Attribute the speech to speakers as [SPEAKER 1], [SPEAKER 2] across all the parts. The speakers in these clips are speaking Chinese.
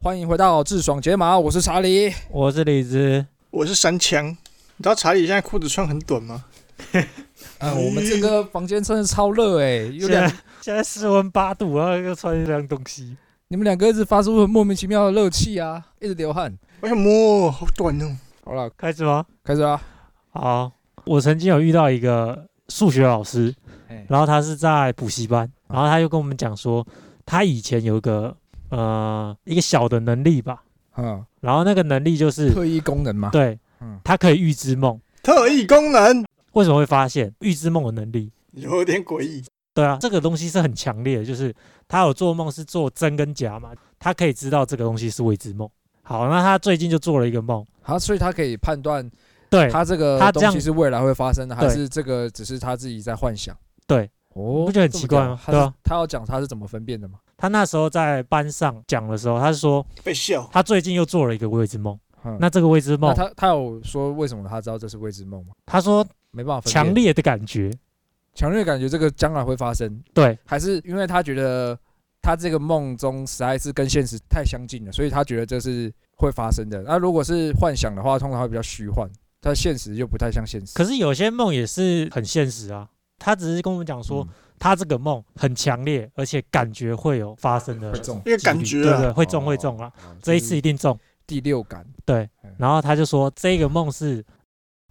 [SPEAKER 1] 欢迎回到智爽解码，我是查理。啊
[SPEAKER 2] 我是李子，
[SPEAKER 3] 我是三枪，你知道查理现在裤子穿很短吗？
[SPEAKER 2] 哎
[SPEAKER 1] 嗯，我们这个房间真的超热哎、有两
[SPEAKER 2] 现在现在室温八度，然后又穿这样东西，
[SPEAKER 1] 你们两个一直发出很莫名其妙的热气啊，一直流汗。
[SPEAKER 3] 为什么好短哦？
[SPEAKER 1] 好了，
[SPEAKER 2] 开始吗？
[SPEAKER 1] 开始啊啦。
[SPEAKER 2] 好，我曾经有遇到一个数学老师，
[SPEAKER 1] 哎，
[SPEAKER 2] 然后他是在补习班，然后他就跟我们讲说，他以前有一个呃一个小的能力吧，
[SPEAKER 1] 嗯，
[SPEAKER 2] 然后那个能力就是
[SPEAKER 1] 特异功能嘛。
[SPEAKER 2] 对
[SPEAKER 1] 嗯，
[SPEAKER 2] 他可以预知梦。
[SPEAKER 3] 特异功能
[SPEAKER 2] 为什么会发现预知梦的能力？
[SPEAKER 3] 有点诡异，
[SPEAKER 2] 对啊，这个东西是很强烈的，就是他有做梦是做真跟假嘛，他可以知道这个东西是未知梦。好，那他最近就做了一个梦，
[SPEAKER 1] 好，所以他可以判断
[SPEAKER 2] 对，
[SPEAKER 1] 他这个
[SPEAKER 2] 他这
[SPEAKER 1] 东
[SPEAKER 2] 样
[SPEAKER 1] 西是未来会发生的，还
[SPEAKER 2] 对
[SPEAKER 1] 是这个只是他自己在幻想。
[SPEAKER 2] 对，
[SPEAKER 1] 哦，
[SPEAKER 2] 你不觉得很奇怪吗
[SPEAKER 1] 这么屌
[SPEAKER 2] 对
[SPEAKER 1] 他
[SPEAKER 2] 啊
[SPEAKER 1] 是他要讲他是怎么分辨的吗？
[SPEAKER 2] 他那时候在班上讲的时候，他是说
[SPEAKER 3] 被笑。
[SPEAKER 2] 他最近又做了一个未知梦。
[SPEAKER 1] 嗯
[SPEAKER 2] 那这个未知
[SPEAKER 1] 那
[SPEAKER 2] 梦，
[SPEAKER 1] 他他有说为什么他知道这是未知梦吗？
[SPEAKER 2] 他说
[SPEAKER 1] 没办法分辨
[SPEAKER 2] 强烈的感觉，
[SPEAKER 1] 强烈感觉这个将来会发生，
[SPEAKER 2] 对，
[SPEAKER 1] 还是因为他觉得他这个梦中实在是跟现实太相近了，所以他觉得这是会发生的。那如果是幻想的话，通常会比较虚幻，但现实又不太像现实。
[SPEAKER 2] 可是有些梦也是很现实啊。他只是跟我们讲说，
[SPEAKER 1] 嗯
[SPEAKER 2] 他这个梦很强烈，而且感觉会有发生的
[SPEAKER 1] 会中
[SPEAKER 2] 几率
[SPEAKER 3] 一个感觉啊
[SPEAKER 2] 对对，会中会中啊，
[SPEAKER 1] 哦
[SPEAKER 2] 这一次一定中。
[SPEAKER 1] 第六感，
[SPEAKER 2] 然后他就说，这个梦是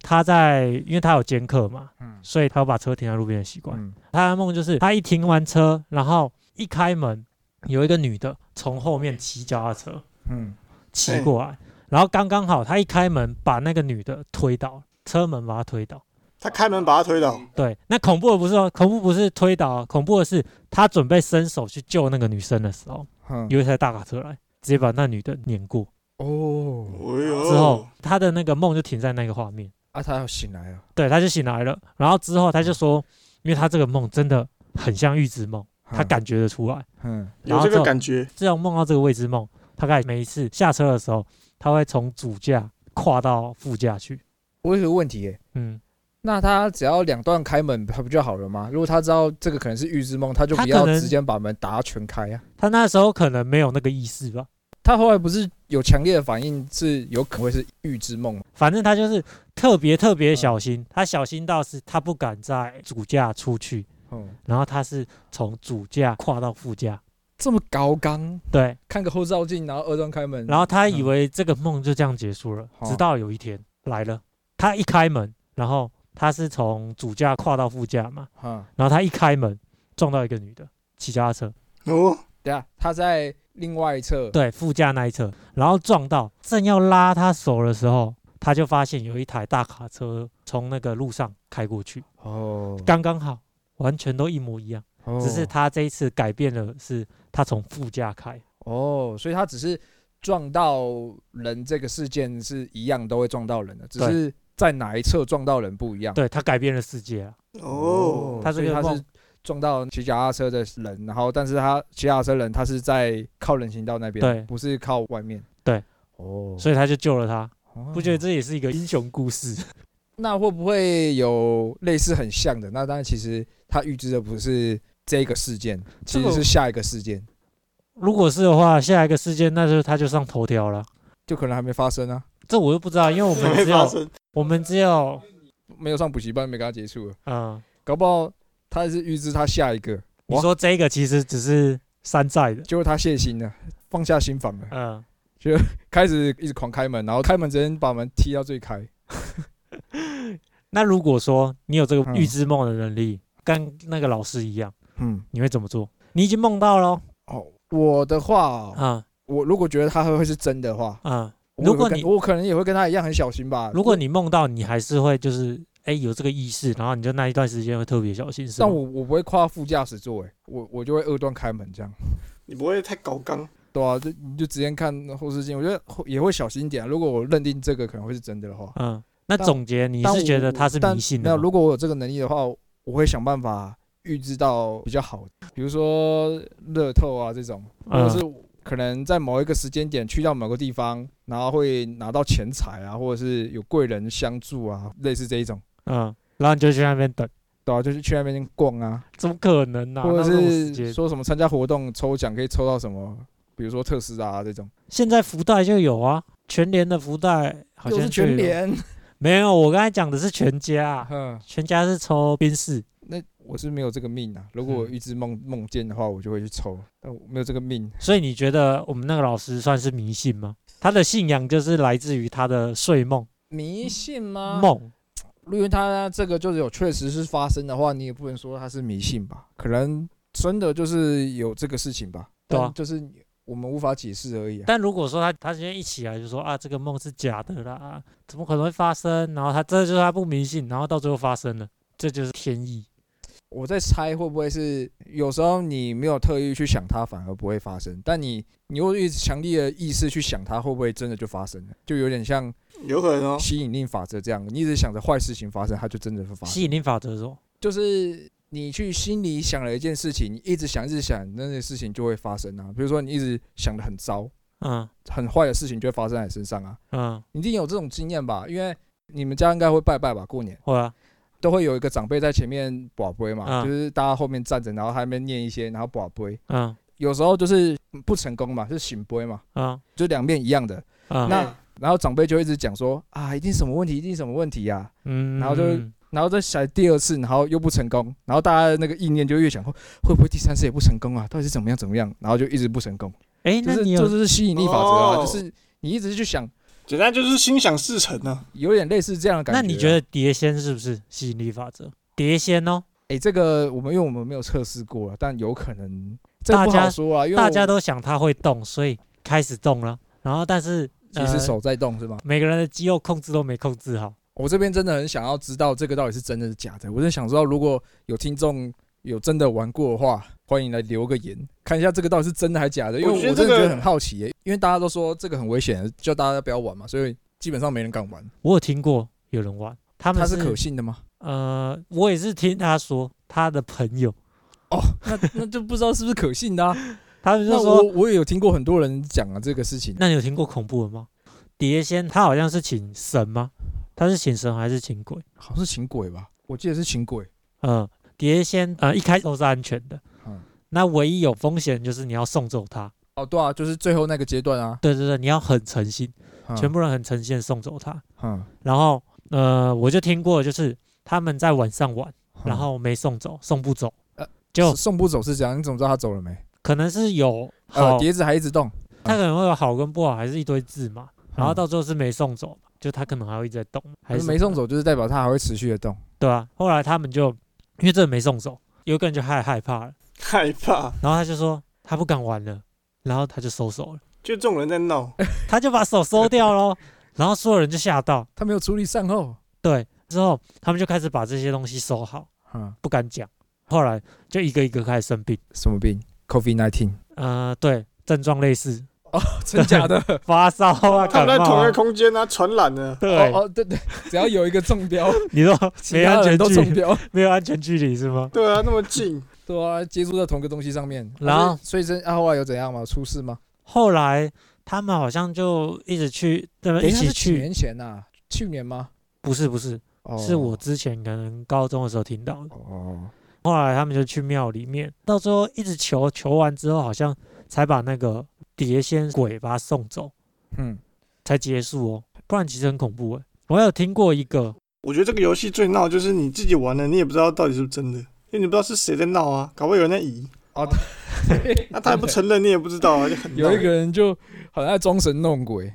[SPEAKER 2] 他在，因为他有兼课嘛，
[SPEAKER 1] 嗯
[SPEAKER 2] 所以他有把车停在路边的习惯。
[SPEAKER 1] 嗯
[SPEAKER 2] 他的梦就是他一停完车，然后一开门，有一个女的从后面骑脚踏车
[SPEAKER 1] 嗯，
[SPEAKER 2] 骑过来，然后刚刚好他一开门把那个女的推倒，车门把她推倒。
[SPEAKER 3] 他开门把他推倒，
[SPEAKER 2] 对，那恐怖的不是哦，恐怖不是推倒，哦恐怖的是他准备伸手去救那个女生的时候，
[SPEAKER 1] 嗯
[SPEAKER 2] 有一台大卡车来，直接把那女的碾过。
[SPEAKER 1] 哦
[SPEAKER 3] 哎，
[SPEAKER 2] 之
[SPEAKER 3] 呦，
[SPEAKER 2] 后他的那个梦就停在那个画面，
[SPEAKER 1] 啊，他要醒来了，
[SPEAKER 2] 对，他就醒来了。然后之后他就说，因为他这个梦真的很像预知梦，他
[SPEAKER 1] 嗯，
[SPEAKER 2] 感觉得出来。
[SPEAKER 1] 嗯，
[SPEAKER 3] 有这个感觉，
[SPEAKER 2] 自从梦到这个未知梦，大概每一次下车的时候，他会从主驾跨到副驾去。
[SPEAKER 1] 我有个问题耶。
[SPEAKER 2] 嗯，
[SPEAKER 1] 那他只要两段开门，他不就好了吗？如果他知道这个可能是预知梦，他就
[SPEAKER 2] 他
[SPEAKER 1] 不
[SPEAKER 2] 可
[SPEAKER 1] 要
[SPEAKER 2] 能
[SPEAKER 1] 直接把门打全开啊。
[SPEAKER 2] 他那时候可能没有那个意识吧，
[SPEAKER 1] 他后来不是有强烈的反应，是有可能会是预知梦吗
[SPEAKER 2] 反正他就是特别特
[SPEAKER 1] 嗯
[SPEAKER 2] 别小心，他小心到是他不敢在主驾出去，
[SPEAKER 1] 嗯，
[SPEAKER 2] 然后他是从主驾跨到副驾。
[SPEAKER 1] 这么高刚，
[SPEAKER 2] 对，
[SPEAKER 1] 看个后照镜，然后二段开门，
[SPEAKER 2] 然后他以
[SPEAKER 1] 嗯
[SPEAKER 2] 为这个梦就这样结束了，
[SPEAKER 1] 好
[SPEAKER 2] 直到有一天来了，他一开门，然后他是从主驾跨到副驾嘛，
[SPEAKER 1] 啊，
[SPEAKER 2] 然后他一开门撞到一个女的骑脚踏车，
[SPEAKER 3] 哦，
[SPEAKER 1] 等下他在另外一侧，
[SPEAKER 2] 对，副驾那一侧，然后撞到，正要拉他手的时候，他就发现有一台大卡车从那个路上开过去，
[SPEAKER 1] 哦，
[SPEAKER 2] 刚刚好，完全都一模一样，只是他这一次改变了是他从副驾开，
[SPEAKER 1] 哦，所以他只是撞到人这个事件是一样都会撞到人的，只
[SPEAKER 2] 对
[SPEAKER 1] 是在哪一侧撞到人不一样。
[SPEAKER 2] 对他改变了世界啊，
[SPEAKER 3] 哦，
[SPEAKER 2] 他这
[SPEAKER 1] 所以
[SPEAKER 2] 个
[SPEAKER 1] 他是
[SPEAKER 2] 梦
[SPEAKER 1] 撞到骑脚踏车的人，然后但是他骑脚踏车人他是在靠人行道那边，
[SPEAKER 2] 对
[SPEAKER 1] 不是靠外面，
[SPEAKER 2] 对，
[SPEAKER 1] 哦，
[SPEAKER 2] 所以他就救了他，
[SPEAKER 1] 哦
[SPEAKER 2] 不觉得这也是一个英雄故事？
[SPEAKER 1] 那会不会有类似很像的？那当然，其实他预知的不是这个事件，
[SPEAKER 2] 这
[SPEAKER 1] 其
[SPEAKER 2] 个
[SPEAKER 1] 实是下一个事件，
[SPEAKER 2] 如果是的话，下一个事件那就他就上头条了。
[SPEAKER 1] 就可能还没发生啊，
[SPEAKER 2] 这我又不知道，因为我
[SPEAKER 3] 还
[SPEAKER 2] 们
[SPEAKER 3] 没
[SPEAKER 2] 只
[SPEAKER 3] 发
[SPEAKER 2] 有
[SPEAKER 3] 生，
[SPEAKER 2] 我们只有
[SPEAKER 1] 没有上补习班，没跟他接触了，
[SPEAKER 2] 嗯，
[SPEAKER 1] 搞不好他是预知他下一个，
[SPEAKER 2] 你说这个其实只是山寨的，
[SPEAKER 1] 结果他泄心了，放下心防了，
[SPEAKER 2] 嗯，
[SPEAKER 1] 开始一直狂开门，然后开门直接把门踢到最开，
[SPEAKER 2] 那如果说你有这个
[SPEAKER 1] 嗯
[SPEAKER 2] 预知梦的能力，跟那个老师一样，
[SPEAKER 1] 嗯，
[SPEAKER 2] 你会怎么做？你已经梦到了，
[SPEAKER 1] 哦，我的话哦、
[SPEAKER 2] 啊
[SPEAKER 1] 我如果觉得他会会是真的话，
[SPEAKER 2] 啊！
[SPEAKER 1] 我也会
[SPEAKER 2] 如果
[SPEAKER 1] 跟
[SPEAKER 2] 你
[SPEAKER 1] 我可能也会跟他一样很小心吧，
[SPEAKER 2] 如果你梦到，你还是会就是哎有这个意识，然后你就那一段时间会特别小心，是
[SPEAKER 1] 但
[SPEAKER 2] 吗？
[SPEAKER 1] 我我不会跨副驾驶座，哎，我我就会二段开门这样。
[SPEAKER 3] 你不会太搞刚，
[SPEAKER 1] 对啊，就你就直接看后视镜，我觉得会也会小心一点啊、如果我认定这个可能会是真的的话，
[SPEAKER 2] 嗯，那
[SPEAKER 1] 但
[SPEAKER 2] 总结你
[SPEAKER 1] 但
[SPEAKER 2] 是觉
[SPEAKER 1] 我
[SPEAKER 2] 得他是
[SPEAKER 1] 但
[SPEAKER 2] 迷信
[SPEAKER 1] 没有，
[SPEAKER 2] 的吗？
[SPEAKER 1] 如果我有这个能力的话，我会想办法预知到比较好的，比如说乐透啊这种，或者
[SPEAKER 2] 嗯
[SPEAKER 1] 是可能在某一个时间点去到某个地方，然后会拿到钱财啊，或者是有贵人相助啊，类似这一种。
[SPEAKER 2] 嗯，然后你就去那边等，
[SPEAKER 1] 对啊，就是去那边逛啊，
[SPEAKER 2] 怎么可能呢？
[SPEAKER 1] 或
[SPEAKER 2] 啊那
[SPEAKER 1] 者
[SPEAKER 2] 种时间
[SPEAKER 1] 是说什么参加活动抽奖可以抽到什么比如说特斯拉啊这种，
[SPEAKER 2] 现在福袋就有啊，全联的福袋好
[SPEAKER 1] 就
[SPEAKER 2] 像
[SPEAKER 1] 是
[SPEAKER 2] 就有
[SPEAKER 1] 全联。
[SPEAKER 2] 没有，我刚才讲的是全家啊，
[SPEAKER 1] 嗯，
[SPEAKER 2] 全家是抽宾士，
[SPEAKER 1] 那我是没有这个命啊。如果我
[SPEAKER 2] 嗯
[SPEAKER 1] 预知梦梦见的话，我就会去抽，但我没有这个命。
[SPEAKER 2] 所以你觉得我们那个老师算是迷信吗？他的信仰就是来自于他的睡梦
[SPEAKER 1] 迷信吗？
[SPEAKER 2] 梦，
[SPEAKER 1] 因为它这个就是有确实是发生的话，你也不能说它是迷信吧，可能真的就是有这个事情吧，
[SPEAKER 2] 对啊
[SPEAKER 1] 但就是我们无法解释而已、啊。
[SPEAKER 2] 但如果说他他今天一起来就说啊这个梦是假的啦，啊怎么可能会发生？然后他这就是他不迷信，然后到最后发生了，这就是天意。
[SPEAKER 1] 我在猜会不会是有时候你没有特意去想它，反而不会发生，但你你又一直强烈的意识去想它，会不会真的就发生了？就有点像
[SPEAKER 3] 有可能哦。
[SPEAKER 1] 吸引力法则这样，你一直想着坏事情发生，它就真的会发
[SPEAKER 2] 吸
[SPEAKER 1] 生。
[SPEAKER 2] 引力法则说，
[SPEAKER 1] 就是你去心里想了一件事情，你一直想一直想，那件事情就会发生啊。比如说你一直想的很糟，
[SPEAKER 2] 嗯
[SPEAKER 1] 很坏的事情就会发生在你身上啊。
[SPEAKER 2] 嗯，
[SPEAKER 1] 你一定有这种经验吧？因为你们家应该会拜拜吧，过年
[SPEAKER 2] 会啊，
[SPEAKER 1] 都会有一个长辈在前面保杯嘛，
[SPEAKER 2] 嗯
[SPEAKER 1] 就是大家后面站着，然后他那边念一些，然后保杯。
[SPEAKER 2] 嗯
[SPEAKER 1] 有时候就是不成功嘛，就是醒杯嘛，
[SPEAKER 2] 嗯
[SPEAKER 1] 就两面一样的。
[SPEAKER 2] 嗯，
[SPEAKER 1] 那然后长辈就一直讲说啊，一定什么问题，一定什么问题呀、啊。
[SPEAKER 2] 嗯，
[SPEAKER 1] 然后就
[SPEAKER 2] 嗯
[SPEAKER 1] 然后再想第二次，然后又不成功，然后大家的那个意念就越想，会会不会第三次也不成功啊？到底是怎么样怎么样？然后就一直不成功，
[SPEAKER 2] 哎，
[SPEAKER 1] 就
[SPEAKER 2] 那
[SPEAKER 1] 是
[SPEAKER 2] 你
[SPEAKER 1] 这
[SPEAKER 2] 有
[SPEAKER 1] 就是吸引力法则啊，
[SPEAKER 3] 哦
[SPEAKER 1] 就是你一直去想，
[SPEAKER 3] 简单就是心想事成啊。
[SPEAKER 1] 有点类似这样的感觉啊。
[SPEAKER 2] 那你觉得碟仙是不是吸引力法则？碟仙哦，
[SPEAKER 1] 哎、这个我们因为我们没有测试过了，但有可能这
[SPEAKER 2] 大
[SPEAKER 1] 个不
[SPEAKER 2] 家
[SPEAKER 1] 好说啊，因为
[SPEAKER 2] 大
[SPEAKER 1] 我
[SPEAKER 2] 家都想它会动，所以开始动了。然后但是
[SPEAKER 1] 其实
[SPEAKER 2] 呃
[SPEAKER 1] 手在动是吗？
[SPEAKER 2] 每个人的肌肉控制都没控制好，
[SPEAKER 1] 我这边真的很想要知道这个到底是真的是假的，我是想知道如果有听众有真的玩过的话，欢迎来留个言，看一下这个到底是真的还假的，因为
[SPEAKER 3] 我
[SPEAKER 1] 我
[SPEAKER 3] 觉得
[SPEAKER 1] 真的
[SPEAKER 3] 这
[SPEAKER 1] 觉
[SPEAKER 3] 个
[SPEAKER 1] 得很好奇、耶，因为大家都说这个很危险，叫大家不要玩嘛，所以基本上没人敢玩。
[SPEAKER 2] 我有听过有人玩，他们
[SPEAKER 1] 它是可信的吗？
[SPEAKER 2] 呃，我也是听他说他的朋友，
[SPEAKER 1] 哦，那那就不知道是不是可信的、啊。
[SPEAKER 2] 他们就
[SPEAKER 1] 那我
[SPEAKER 2] 说，
[SPEAKER 1] 我也有听过很多人讲啊这个事情，
[SPEAKER 2] 那你有听过恐怖的吗？碟仙他好像是请神吗？他是请神还是请鬼？
[SPEAKER 1] 好像是请鬼吧？我记得是请鬼。
[SPEAKER 2] 嗯，碟仙呃一开始都是安全的，
[SPEAKER 1] 嗯，
[SPEAKER 2] 那唯一有风险就是你要送走他。
[SPEAKER 1] 哦，对啊，就是最后那个阶段啊，
[SPEAKER 2] 对对对，你要很诚心，
[SPEAKER 1] 嗯
[SPEAKER 2] 全部人很诚心的送走他。
[SPEAKER 1] 嗯，
[SPEAKER 2] 然后呃，我就听过，就是他们在晚上玩，然后没送走，送不走
[SPEAKER 1] 呃，
[SPEAKER 2] 就是
[SPEAKER 1] 嗯送不走是这样，你怎么知道他走了没？
[SPEAKER 2] 可能是有
[SPEAKER 1] 呃，
[SPEAKER 2] 好，
[SPEAKER 1] 碟子还一直动，
[SPEAKER 2] 他可能会有好跟不好，还是一堆字嘛。然后到最后是没送走嘛，就他可能还会一直在动，
[SPEAKER 1] 还
[SPEAKER 2] 还
[SPEAKER 1] 嗯
[SPEAKER 2] 是
[SPEAKER 1] 是没
[SPEAKER 2] 什么
[SPEAKER 1] 送
[SPEAKER 2] 的，
[SPEAKER 1] 走，就是代表他还会持续的动。
[SPEAKER 2] 对啊，后来他们就因为这个没送走，有一个人就害害怕了，
[SPEAKER 3] 害怕，
[SPEAKER 2] 然后他就说他不敢玩了，然后他就收手了，
[SPEAKER 3] 就这种人在闹，
[SPEAKER 2] 他就把手收掉喽， 然后所有人就吓到，
[SPEAKER 1] 他没有处理善后，
[SPEAKER 2] 对，之后他们就开始把这些东西收好，
[SPEAKER 1] 嗯，
[SPEAKER 2] 不敢讲，后来就一个一个开始生病，
[SPEAKER 1] 什么病？COVID nineteen？
[SPEAKER 2] 呃，对，症状类似
[SPEAKER 1] 真假的？哦
[SPEAKER 2] 发烧啊，
[SPEAKER 3] 他
[SPEAKER 2] 感
[SPEAKER 3] 们在同
[SPEAKER 2] 冒
[SPEAKER 3] 一个
[SPEAKER 2] 啊，
[SPEAKER 3] 空间啊，传染 了。
[SPEAKER 2] 对，
[SPEAKER 1] 哦，对对，只要有一个中 标，
[SPEAKER 2] 你说
[SPEAKER 1] 其
[SPEAKER 2] 没
[SPEAKER 1] 他
[SPEAKER 2] 安
[SPEAKER 1] 人
[SPEAKER 2] 全
[SPEAKER 1] 都
[SPEAKER 2] 距
[SPEAKER 1] 中
[SPEAKER 2] 离，
[SPEAKER 1] 标，
[SPEAKER 2] 没有安全距离是吗？
[SPEAKER 3] 对啊，那么近，
[SPEAKER 1] 对啊，接触到同一个东西上面，
[SPEAKER 2] 然后
[SPEAKER 1] 啊所以所以真啊，后来有怎样吗？出事吗？
[SPEAKER 2] 后来他们好像就一直去，对吧？
[SPEAKER 1] 等一下
[SPEAKER 2] 呃一起
[SPEAKER 1] 是几
[SPEAKER 2] 去，
[SPEAKER 1] 年前呐，去年吗？
[SPEAKER 2] 不是不是，
[SPEAKER 1] 哦
[SPEAKER 2] 是我之前可能高中的时候听到的。
[SPEAKER 1] 哦，
[SPEAKER 2] 后来他们就去庙里面，到最后一直求，求完之后好像才把那个碟仙鬼把他送走，
[SPEAKER 1] 嗯，
[SPEAKER 2] 才结束哦。不然其实很恐怖诶。我有听过一个，
[SPEAKER 3] 我觉得这个游戏最闹就是你自己玩了，你也不知道到底是不是真的，因为你不知道是谁在闹啊，搞不好有人在移，那、他也不承认，你也不知道啊，就很 闹
[SPEAKER 1] 有一个人就好像在装神弄鬼，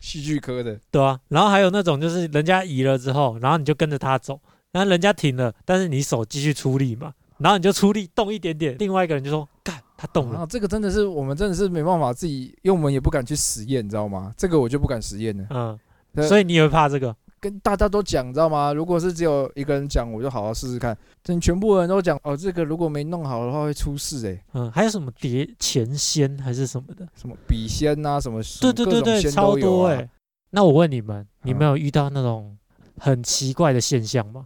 [SPEAKER 1] 戏剧科的，
[SPEAKER 2] 对啊，然后还有那种就是人家移了之后，然后你就跟着他走，然后人家停了，但是你手继续出力嘛，然后你就出力动一点点，另外一个人就说干他动了，
[SPEAKER 1] 啊，这个真的是我们真的是没办法自己，因为我们也不敢去实验，你知道吗？这个我就不敢实验了。
[SPEAKER 2] 嗯，
[SPEAKER 1] 那
[SPEAKER 2] 所以你也会怕这个。
[SPEAKER 1] 跟大家都讲，你知道吗？如果是只有一个人讲，我就好好试试看。等全部人都讲，哦，这个如果没弄好的话会出事哎、
[SPEAKER 2] 嗯，还有什么碟前仙还是什么的？
[SPEAKER 1] 什么笔仙呐、什么
[SPEAKER 2] 对对对对，超多哎、
[SPEAKER 1] 哎、
[SPEAKER 2] 那我问你们，你们
[SPEAKER 1] 嗯
[SPEAKER 2] 有遇到那种很奇怪的现象吗？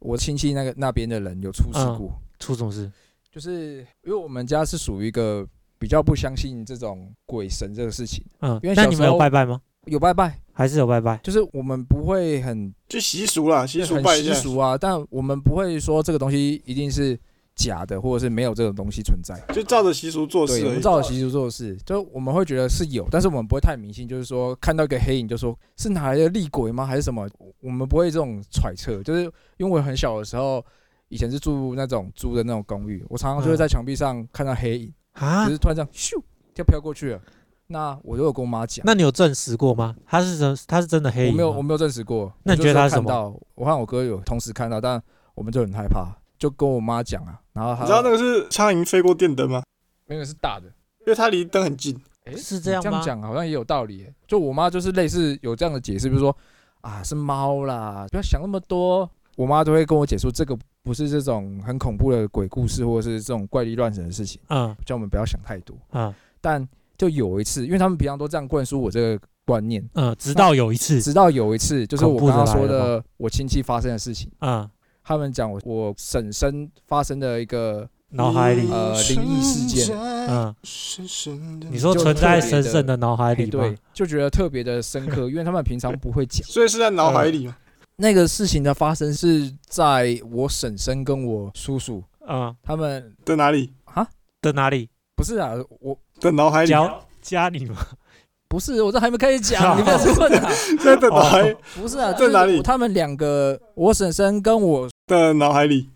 [SPEAKER 1] 我亲戚那个那边的人有出事
[SPEAKER 2] 嗯
[SPEAKER 1] 故，
[SPEAKER 2] 出什么事？
[SPEAKER 1] 就是因为我们家是属于一个比较不相信这种鬼神这个事情，
[SPEAKER 2] 嗯
[SPEAKER 1] 因为，
[SPEAKER 2] 那
[SPEAKER 1] 小
[SPEAKER 2] 你们
[SPEAKER 1] 时
[SPEAKER 2] 有
[SPEAKER 1] 候
[SPEAKER 2] 拜拜吗？
[SPEAKER 1] 有拜拜，
[SPEAKER 2] 还是有拜拜？
[SPEAKER 1] 就是我们不会很
[SPEAKER 3] 就习俗啦，习俗
[SPEAKER 1] 很
[SPEAKER 3] 拜一
[SPEAKER 1] 习
[SPEAKER 3] 下，
[SPEAKER 1] 俗啊，但我们不会说这个东西一定是假的，或者是没有这种东西存在。
[SPEAKER 3] 就照着习俗做
[SPEAKER 1] 对，
[SPEAKER 3] 事
[SPEAKER 1] 我
[SPEAKER 3] 而
[SPEAKER 1] 们
[SPEAKER 3] 已。
[SPEAKER 1] 照着习俗做的事，就我们会觉得是有，但是我们不会太迷信，就是说看到一个黑影就说是哪来的厉鬼吗，还是什么？我们不会这种揣测，就是因为我很小的时候，以前是住那种租的那种公寓，我常常就会在墙壁上看到黑影，
[SPEAKER 2] 嗯啊
[SPEAKER 1] 只？是突然这样咻就飘过去了。那我就有跟我妈讲，
[SPEAKER 2] 那你有证实过吗？他是真，他是真的黑
[SPEAKER 1] 我
[SPEAKER 2] 影吗？
[SPEAKER 1] 没有我没有证实过。
[SPEAKER 2] 那你
[SPEAKER 1] 我就
[SPEAKER 2] 觉得它
[SPEAKER 1] 是
[SPEAKER 2] 是
[SPEAKER 1] 看
[SPEAKER 2] 什么
[SPEAKER 1] 到我和我哥有同时看到，但我们就很害怕，就跟我妈讲啊，然后
[SPEAKER 3] 你知道
[SPEAKER 1] 她
[SPEAKER 3] 那个是苍蝇飞过电灯吗？
[SPEAKER 1] 那个是大的。
[SPEAKER 3] 因为它离灯很近。
[SPEAKER 1] 诶
[SPEAKER 2] 是这
[SPEAKER 1] 这
[SPEAKER 2] 样吗？
[SPEAKER 1] 讲好像也有道理耶。就我妈就是类似有这样的解释，比如说啊是猫啦，不要想那么多。我妈都会跟我解说，这个不是这种很恐怖的鬼故事，或者是这种怪力乱神的事情，
[SPEAKER 2] 嗯
[SPEAKER 1] 叫我们不要想太多。
[SPEAKER 2] 嗯
[SPEAKER 1] 但就有一次，因为他们平常都这样灌输我这个观念，
[SPEAKER 2] 嗯，直到有一次，
[SPEAKER 1] 直到有一次，就是我
[SPEAKER 2] 恐怖
[SPEAKER 1] 刚
[SPEAKER 2] 的
[SPEAKER 1] 刚说
[SPEAKER 2] 来了
[SPEAKER 1] 的我亲戚发生的事情，
[SPEAKER 2] 嗯，
[SPEAKER 1] 他们讲我我婶婶发生的一个
[SPEAKER 2] 脑海里，
[SPEAKER 1] 呃灵异事件
[SPEAKER 3] 件。
[SPEAKER 2] 嗯，
[SPEAKER 3] 深深的
[SPEAKER 2] 你说
[SPEAKER 1] 就
[SPEAKER 2] 存
[SPEAKER 1] 特
[SPEAKER 2] 在
[SPEAKER 1] 别
[SPEAKER 2] 神
[SPEAKER 1] 的
[SPEAKER 2] 圣的脑海
[SPEAKER 1] 配
[SPEAKER 2] 里吗
[SPEAKER 1] 对？，就觉得特别的深刻，因为他们平常不会讲。
[SPEAKER 3] 所以是在脑海里嘛？
[SPEAKER 1] 那个事情的发生是在我婶婶跟我叔叔
[SPEAKER 2] 嗯，
[SPEAKER 1] 他们
[SPEAKER 3] 在哪里？
[SPEAKER 1] 啊，
[SPEAKER 2] 在哪里？
[SPEAKER 1] 不是啊，我
[SPEAKER 3] 在脑海里，
[SPEAKER 1] 啊
[SPEAKER 2] 家家里吗？
[SPEAKER 1] 不是，我这还没开始 讲，你不要再问啊，
[SPEAKER 3] 在在脑海
[SPEAKER 2] 哦，
[SPEAKER 1] 不是啊，
[SPEAKER 3] 在
[SPEAKER 1] 就是
[SPEAKER 3] 哪里
[SPEAKER 1] 他们两个，我婶婶跟 我，
[SPEAKER 3] 在脑海里。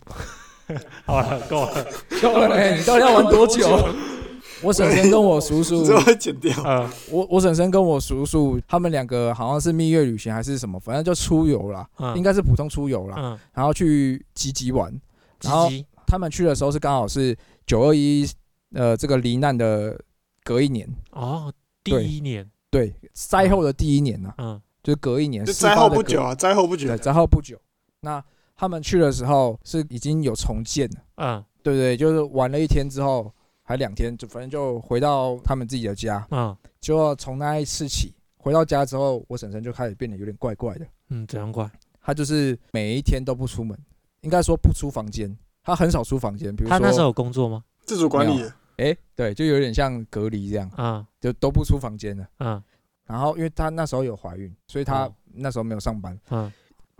[SPEAKER 2] 好了，够了。
[SPEAKER 1] 够了没？哎你到底要玩多 久？我婶婶跟我叔叔
[SPEAKER 3] 你，这会剪掉。
[SPEAKER 2] 嗯
[SPEAKER 1] 我我婶婶跟我叔叔，他们两个好像是蜜月旅行还是什么，反正就出游啦，
[SPEAKER 2] 嗯，
[SPEAKER 1] 应该是普通出游啦，
[SPEAKER 2] 嗯，
[SPEAKER 1] 然后去集集玩，然后
[SPEAKER 2] 积极
[SPEAKER 1] 他们去的时候是刚好是九二一呃这个罹难的隔一年，
[SPEAKER 2] 哦，第
[SPEAKER 1] 对
[SPEAKER 2] 一年，
[SPEAKER 1] 对灾后的第一年呐、
[SPEAKER 2] 嗯
[SPEAKER 1] 就是隔一年，
[SPEAKER 3] 就
[SPEAKER 1] 事
[SPEAKER 3] 灾
[SPEAKER 1] 发
[SPEAKER 3] 后
[SPEAKER 1] 的
[SPEAKER 3] 不
[SPEAKER 1] 隔
[SPEAKER 3] 久，啊，灾后不久
[SPEAKER 1] 对，。灾后不久。那他们去的时候是已经有重建了，
[SPEAKER 2] 嗯
[SPEAKER 1] 对不对？就是玩了一天之后，还两天，就反正就回到他们自己的家。
[SPEAKER 2] 嗯
[SPEAKER 1] 结果从那一次起，回到家之后，我婶婶就开始变得有点怪怪的。
[SPEAKER 2] 嗯，怎样怪？
[SPEAKER 1] 她就是每一天都不出门，应该说不出房间，她很少出房间。比如
[SPEAKER 2] 他那时候
[SPEAKER 1] 说，
[SPEAKER 2] 有工作吗？
[SPEAKER 3] 自主管理
[SPEAKER 1] 没，哎，对，就有点像隔离这样，
[SPEAKER 2] 嗯
[SPEAKER 1] 就都不出房间了。
[SPEAKER 2] 嗯
[SPEAKER 1] 然后，因为她那时候有怀孕，所以她
[SPEAKER 2] 哦
[SPEAKER 1] 那时候没有上班。
[SPEAKER 2] 嗯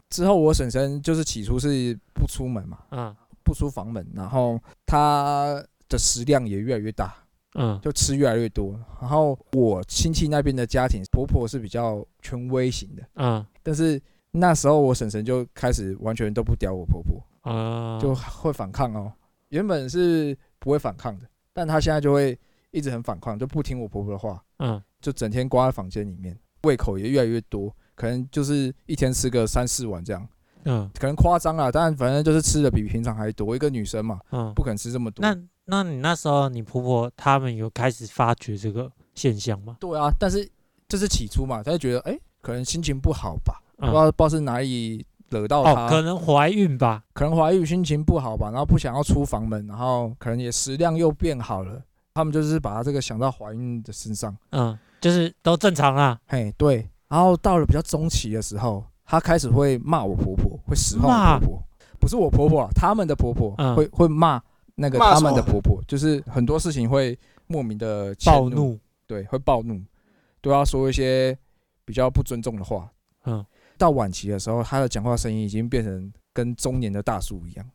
[SPEAKER 1] 之后我婶婶就是起初是不出门嘛，
[SPEAKER 2] 嗯
[SPEAKER 1] 不出房门，然后她的食量也越来越大，
[SPEAKER 2] 嗯
[SPEAKER 1] 就吃越来越多。然后我亲戚那边的家庭，婆婆是比较权威型的，
[SPEAKER 2] 嗯
[SPEAKER 1] 但是那时候我婶婶就开始完全都不屌我婆婆，
[SPEAKER 2] 嗯，
[SPEAKER 1] 就会反抗哦。原本是不会反抗的，但她现在就会一直很反抗，就不听我婆婆的话，
[SPEAKER 2] 嗯
[SPEAKER 1] 就整天关在房间里面，胃口也越来越多，可能就是一天吃个三四碗这样。
[SPEAKER 2] 嗯
[SPEAKER 1] 可能夸张啦，但反正就是吃的比平常还多。一个女生嘛，
[SPEAKER 2] 嗯
[SPEAKER 1] 不。肯吃这么多。
[SPEAKER 2] 那那你那时候你婆婆他们有开始发觉这个现象吗？
[SPEAKER 1] 对啊，但是这是起初嘛，她就觉得哎、诶可能心情不好吧，不
[SPEAKER 2] 嗯
[SPEAKER 1] 知道不知道是哪里惹到她，
[SPEAKER 2] 哦，可能怀孕吧。
[SPEAKER 1] 可能怀孕心情不好吧，然后不想要出房门，然后可能也食量又变好了。他们就是把她这个想到怀孕的身上，
[SPEAKER 2] 嗯，就是都正常啊啦。
[SPEAKER 1] 嘿，对。然后到了比较中期的时候，她开始会骂我婆婆，会使唤我
[SPEAKER 2] 骂
[SPEAKER 1] 婆婆，不是我婆婆啊，他们的婆婆、
[SPEAKER 2] 嗯
[SPEAKER 1] 会会骂那个
[SPEAKER 3] 骂
[SPEAKER 1] 他们
[SPEAKER 3] 什
[SPEAKER 1] 的
[SPEAKER 3] 么
[SPEAKER 1] 婆婆，就是很多事情会莫名的
[SPEAKER 2] 暴，怒。
[SPEAKER 1] 对，会暴怒，都要说一些比较不尊重的话。
[SPEAKER 2] 嗯，
[SPEAKER 1] 到晚期的时候，她的讲话声音已经变成跟中年的大叔一样，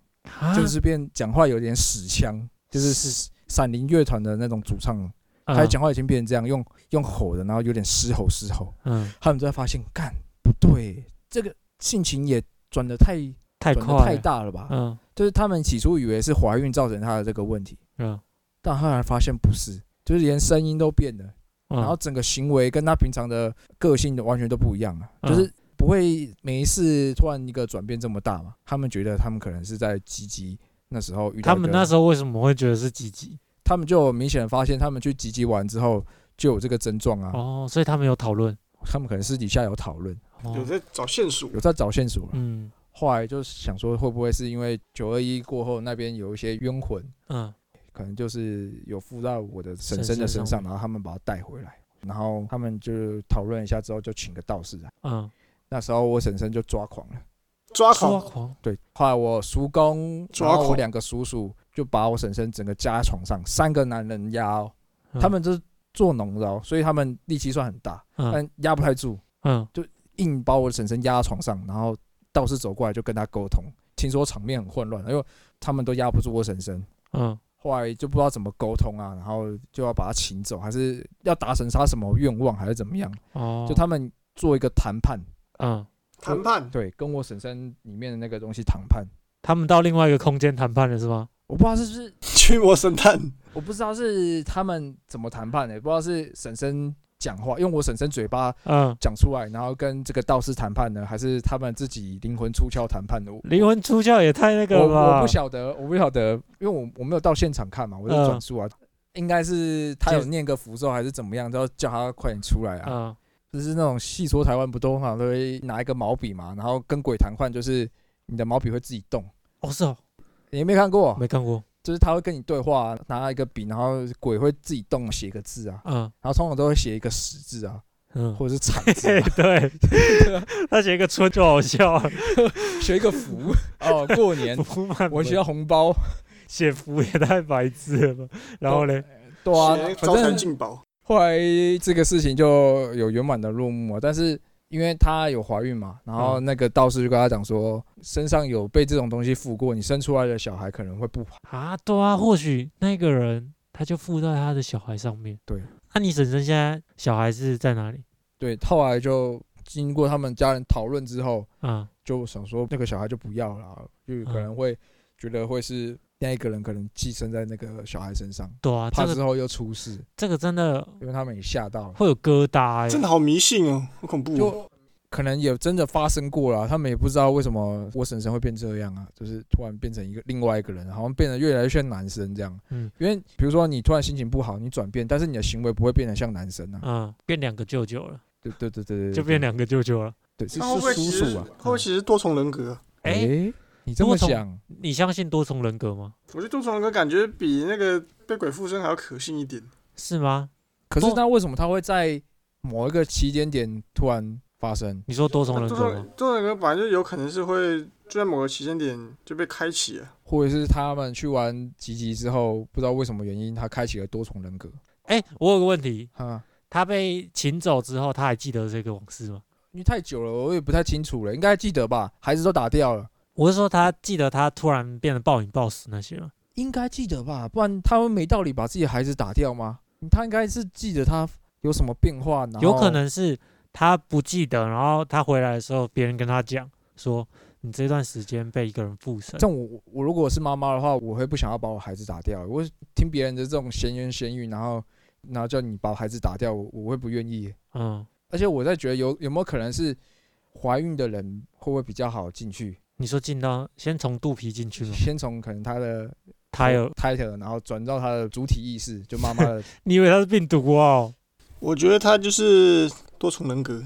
[SPEAKER 2] 啊
[SPEAKER 1] 就是变讲话有点死腔，就是是闪灵乐团的那种主唱，
[SPEAKER 2] 啊
[SPEAKER 1] 他讲话已经变成这样，用用吼的，然后有点嘶吼嘶吼。
[SPEAKER 2] 嗯，
[SPEAKER 1] 他们才发现，干不对，这个性情也转的太
[SPEAKER 2] 太
[SPEAKER 1] 转
[SPEAKER 2] 快
[SPEAKER 1] 的太。
[SPEAKER 2] 了
[SPEAKER 1] 大了吧？
[SPEAKER 2] 嗯
[SPEAKER 1] 就是他们起初以为是怀孕造成她的这个问题，
[SPEAKER 2] 嗯，
[SPEAKER 1] 但后来发现不是，就是连声音都变了。
[SPEAKER 2] 然
[SPEAKER 1] 然后整个行为跟他平常的个性完全都不一样了，
[SPEAKER 2] 嗯
[SPEAKER 1] 就是不会每一次突然一个转变这么大嘛。他们觉得他们可能是在吉吉那时候遇到
[SPEAKER 2] 他
[SPEAKER 1] 一个，
[SPEAKER 2] 们那时候为什么会觉得是积极？
[SPEAKER 1] 他们就有明显地发现，他们去吉吉玩之后就有这个症状啊。
[SPEAKER 2] 哦，所以他们有讨论。
[SPEAKER 1] 他们可能私底下有讨论，
[SPEAKER 2] 哦
[SPEAKER 3] 有在找线索。
[SPEAKER 1] 有在找线索了。
[SPEAKER 2] 嗯
[SPEAKER 1] 后来就想说，会不会是因为九二一过后那边有一些冤魂，
[SPEAKER 2] 嗯
[SPEAKER 1] 可能就是有附到我的婶
[SPEAKER 2] 婶
[SPEAKER 1] 婶的
[SPEAKER 2] 身
[SPEAKER 1] 身
[SPEAKER 2] 上
[SPEAKER 1] 上，然后他们把它带回来，然后他们就讨论一下之后，就请个道士来。
[SPEAKER 2] 嗯，
[SPEAKER 1] 那时候我婶婶就抓狂了。
[SPEAKER 3] 抓
[SPEAKER 2] 抓
[SPEAKER 3] 狂，
[SPEAKER 2] 狂。
[SPEAKER 1] 对，后来我叔公，
[SPEAKER 3] 抓
[SPEAKER 1] 然后我
[SPEAKER 3] 狂
[SPEAKER 1] 两个叔叔就把我婶婶整个架在床上，三个男人压哦，
[SPEAKER 2] 嗯
[SPEAKER 1] 他们就是做农的哦，所以他们力气算很大，
[SPEAKER 2] 嗯
[SPEAKER 1] 但压不太住，
[SPEAKER 2] 嗯
[SPEAKER 1] 硬把我婶婶压在床上，然后道士走过来就跟他沟通，听说场面很混乱，因为他们都压不住我婶婶，
[SPEAKER 2] 嗯，
[SPEAKER 1] 后来就不知道怎么沟通啊，然后就要把他请走，还是要达成他什么愿望，还是怎么样？
[SPEAKER 2] 哦，
[SPEAKER 1] 就他们做一个谈判，
[SPEAKER 2] 嗯，
[SPEAKER 3] 谈判
[SPEAKER 1] 对，跟我婶婶里面的那个东西谈判。
[SPEAKER 2] 他们到另外一个空间谈判了是吗？
[SPEAKER 1] 我不知道是不是，
[SPEAKER 3] 驱魔神探，
[SPEAKER 1] 我不知道是他们怎么谈判的、不知道是婶婶讲话，用我婶婶嘴巴
[SPEAKER 2] 嗯，
[SPEAKER 1] 讲出来，然后跟这个道士谈判呢，还是他们自己灵魂出窍谈判的？我
[SPEAKER 2] 灵魂出窍也太那个
[SPEAKER 1] 我
[SPEAKER 2] 了吧？
[SPEAKER 1] 我不晓得，我不晓得，因为我我没有到现场看嘛，我就转述啊，应该是他有念个符咒还是怎么样，都要叫他快点出来啊。
[SPEAKER 2] 嗯，
[SPEAKER 1] 就是那种戏说台湾不都嘛，都会拿一个毛笔嘛，然后跟鬼谈判，就是你的毛笔会自己动，
[SPEAKER 2] 哦是哦，
[SPEAKER 1] 你没看过？
[SPEAKER 2] 没看过，
[SPEAKER 1] 就是他会跟你对话，啊拿一个笔，然后鬼会自己动写个字啊，
[SPEAKER 2] 嗯
[SPEAKER 1] 然后通常都会写一个十字啊，
[SPEAKER 2] 嗯，
[SPEAKER 1] 或者是惨字
[SPEAKER 2] 嘿
[SPEAKER 1] 啊、
[SPEAKER 2] 对，他写一个村就好笑了，
[SPEAKER 1] 学一个符 哦。过年
[SPEAKER 2] 福满
[SPEAKER 1] 我需
[SPEAKER 2] 门
[SPEAKER 1] 要红包，
[SPEAKER 2] 写福也太白痴了吧？然后嘞，
[SPEAKER 1] 对啊，
[SPEAKER 3] 招
[SPEAKER 1] 反
[SPEAKER 3] 财
[SPEAKER 1] 正
[SPEAKER 3] 进宝，
[SPEAKER 1] 后来这个事情就有圆满的落幕啊，但是因为她有怀孕嘛，然后那个道士就跟她讲说，身上有被这种东西附过，你生出来的小孩可能会不好。
[SPEAKER 2] 啊，对啊，或许那个人他就附在他的小孩上面。
[SPEAKER 1] 对，
[SPEAKER 2] 那、你婶婶现在小孩是在哪里？
[SPEAKER 1] 对，后来就经过他们家人讨论之后，
[SPEAKER 2] 啊、
[SPEAKER 1] 就想说那个小孩就不要了，就可能会觉得会是那一个人可能寄生在那个小孩身上，
[SPEAKER 2] 对啊，
[SPEAKER 1] 怕
[SPEAKER 2] 这
[SPEAKER 1] 之
[SPEAKER 2] 个
[SPEAKER 1] 后又出事，
[SPEAKER 2] 这个真的
[SPEAKER 1] 因为他们也吓到了，
[SPEAKER 2] 会有疙瘩、欸，
[SPEAKER 1] 啊
[SPEAKER 3] 真的好迷信哦，好恐怖哦。
[SPEAKER 1] 就。可能也真的发生过了，他们也不知道为什么我婶婶会变这样啊，就是突然变成一个另外一个人，好像变得越来越像男生这样。
[SPEAKER 2] 嗯
[SPEAKER 1] 因为比如说你突然心情不好，你转变，但是你的行为不会变得像男生啊。
[SPEAKER 2] 嗯，变两个舅舅了，
[SPEAKER 1] 对对对对对，
[SPEAKER 2] 就变两个舅舅了。
[SPEAKER 1] 对是
[SPEAKER 3] 那会不会
[SPEAKER 1] 是叔
[SPEAKER 3] 其实
[SPEAKER 1] 叔啊。
[SPEAKER 3] 会不会其实多重人格啊？
[SPEAKER 2] 哎、
[SPEAKER 1] 诶你这么
[SPEAKER 2] 多重
[SPEAKER 1] 想，
[SPEAKER 2] 你相信多重人格吗？
[SPEAKER 3] 我觉得多重人格感觉比那个被鬼附身还要可信一点。
[SPEAKER 2] 是吗？
[SPEAKER 1] 可是
[SPEAKER 2] 多
[SPEAKER 1] 那为什么他会在某一个期间点突然发生？
[SPEAKER 2] 你说多重
[SPEAKER 3] 那
[SPEAKER 2] 人
[SPEAKER 3] 多
[SPEAKER 2] 格
[SPEAKER 3] 重
[SPEAKER 2] 吗？
[SPEAKER 3] 多重人格本来就有可能是会就在某个时间点就被开启了。
[SPEAKER 1] 或者是他们去玩吉吉之后，不知道为什么原因，他开启了多重人格。
[SPEAKER 2] 哎、我有个问题，
[SPEAKER 1] 哈，
[SPEAKER 2] 他被请走之后，他还记得这个往事吗？
[SPEAKER 1] 因为太久了，我也不太清楚了，应该还记得吧？孩子都打掉了，
[SPEAKER 2] 我是说，他记得他突然变得暴饮暴食那些吗？
[SPEAKER 1] 应该记得吧？不然他们没道理把自己的孩子打掉吗？他应该是记得他有什么变化，然后
[SPEAKER 2] 有可能是他不记得，然后他回来的时候，别人跟他讲说，你这段时间被一个人附身
[SPEAKER 1] 像我，我如果是妈妈的话，我会不想要把我孩子打掉。我听别人的这种闲言闲语，然后然后叫你把孩子打掉，我我会不愿意。
[SPEAKER 2] 嗯，
[SPEAKER 1] 而且我在觉得有有没有可能是怀孕的人会不会比较好进去？
[SPEAKER 2] 你说进到先从肚皮进 去吗？
[SPEAKER 1] 先从可能他的
[SPEAKER 2] 他有，
[SPEAKER 1] title，然后转到他的主体意识，就妈妈的
[SPEAKER 2] 你以为他是病毒哦？
[SPEAKER 3] 我觉得他就是多重人格，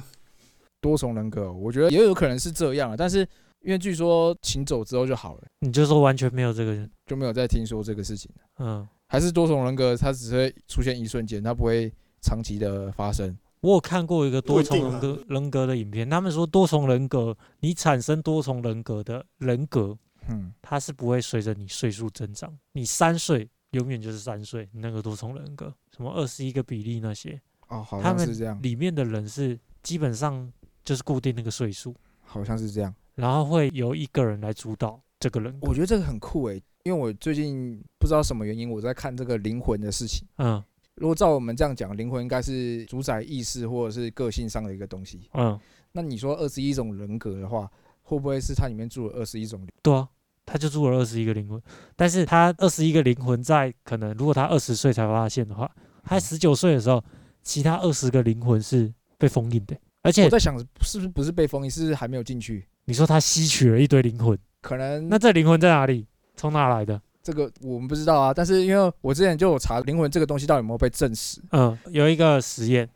[SPEAKER 1] 多重人格。我觉得也有可能是这样啊，但是因为据说请走之后就好了，
[SPEAKER 2] 你就说完全没有这个人，
[SPEAKER 1] 就没有再听说这个事情了。
[SPEAKER 2] 嗯，
[SPEAKER 1] 还是多重人格，它只会出现一瞬间，它不会长期的发生。
[SPEAKER 2] 我有看过一个多重人
[SPEAKER 3] 不一啊
[SPEAKER 2] 格人格的影片，他们说多重人格，你产生多重人格的人格，
[SPEAKER 1] 嗯，
[SPEAKER 2] 它是不会随着你岁数增长，你三岁永远就是三岁，你那个多重人格，什么二十一个比例那些，
[SPEAKER 1] 哦，好
[SPEAKER 2] 他
[SPEAKER 1] 像
[SPEAKER 2] 们
[SPEAKER 1] 是这样，
[SPEAKER 2] 里面的人是基本上就是固定那个岁数，
[SPEAKER 1] 好像是这样。
[SPEAKER 2] 然后会由一个人来主导这个人格。
[SPEAKER 1] 我觉得这个很酷诶、因为我最近不知道什么原因，我在看这个灵魂的事情。
[SPEAKER 2] 嗯
[SPEAKER 1] 如果照我们这样讲，灵魂应该是主宰意识或者是个性上的一个东西。
[SPEAKER 2] 嗯，
[SPEAKER 1] 那你说二十一种人格的话，会不会是它里面住了二十一种灵？
[SPEAKER 2] 对啊，他就住了二十一个灵魂，但是他二十一个灵魂在可能如果他二十岁才发现的话，
[SPEAKER 1] 嗯
[SPEAKER 2] 他十九岁的时候，其他二十个灵魂是被封印的，而且
[SPEAKER 1] 我在想，是不是不是被封印，是还没有进去？
[SPEAKER 2] 你说他吸取了一堆灵魂，
[SPEAKER 1] 可能
[SPEAKER 2] 那这灵魂在哪里？从哪来的？
[SPEAKER 1] 这个我们不知道啊。但是因为我之前就有查灵魂这个东西到底有没有被证实，
[SPEAKER 2] 嗯，有一个实验，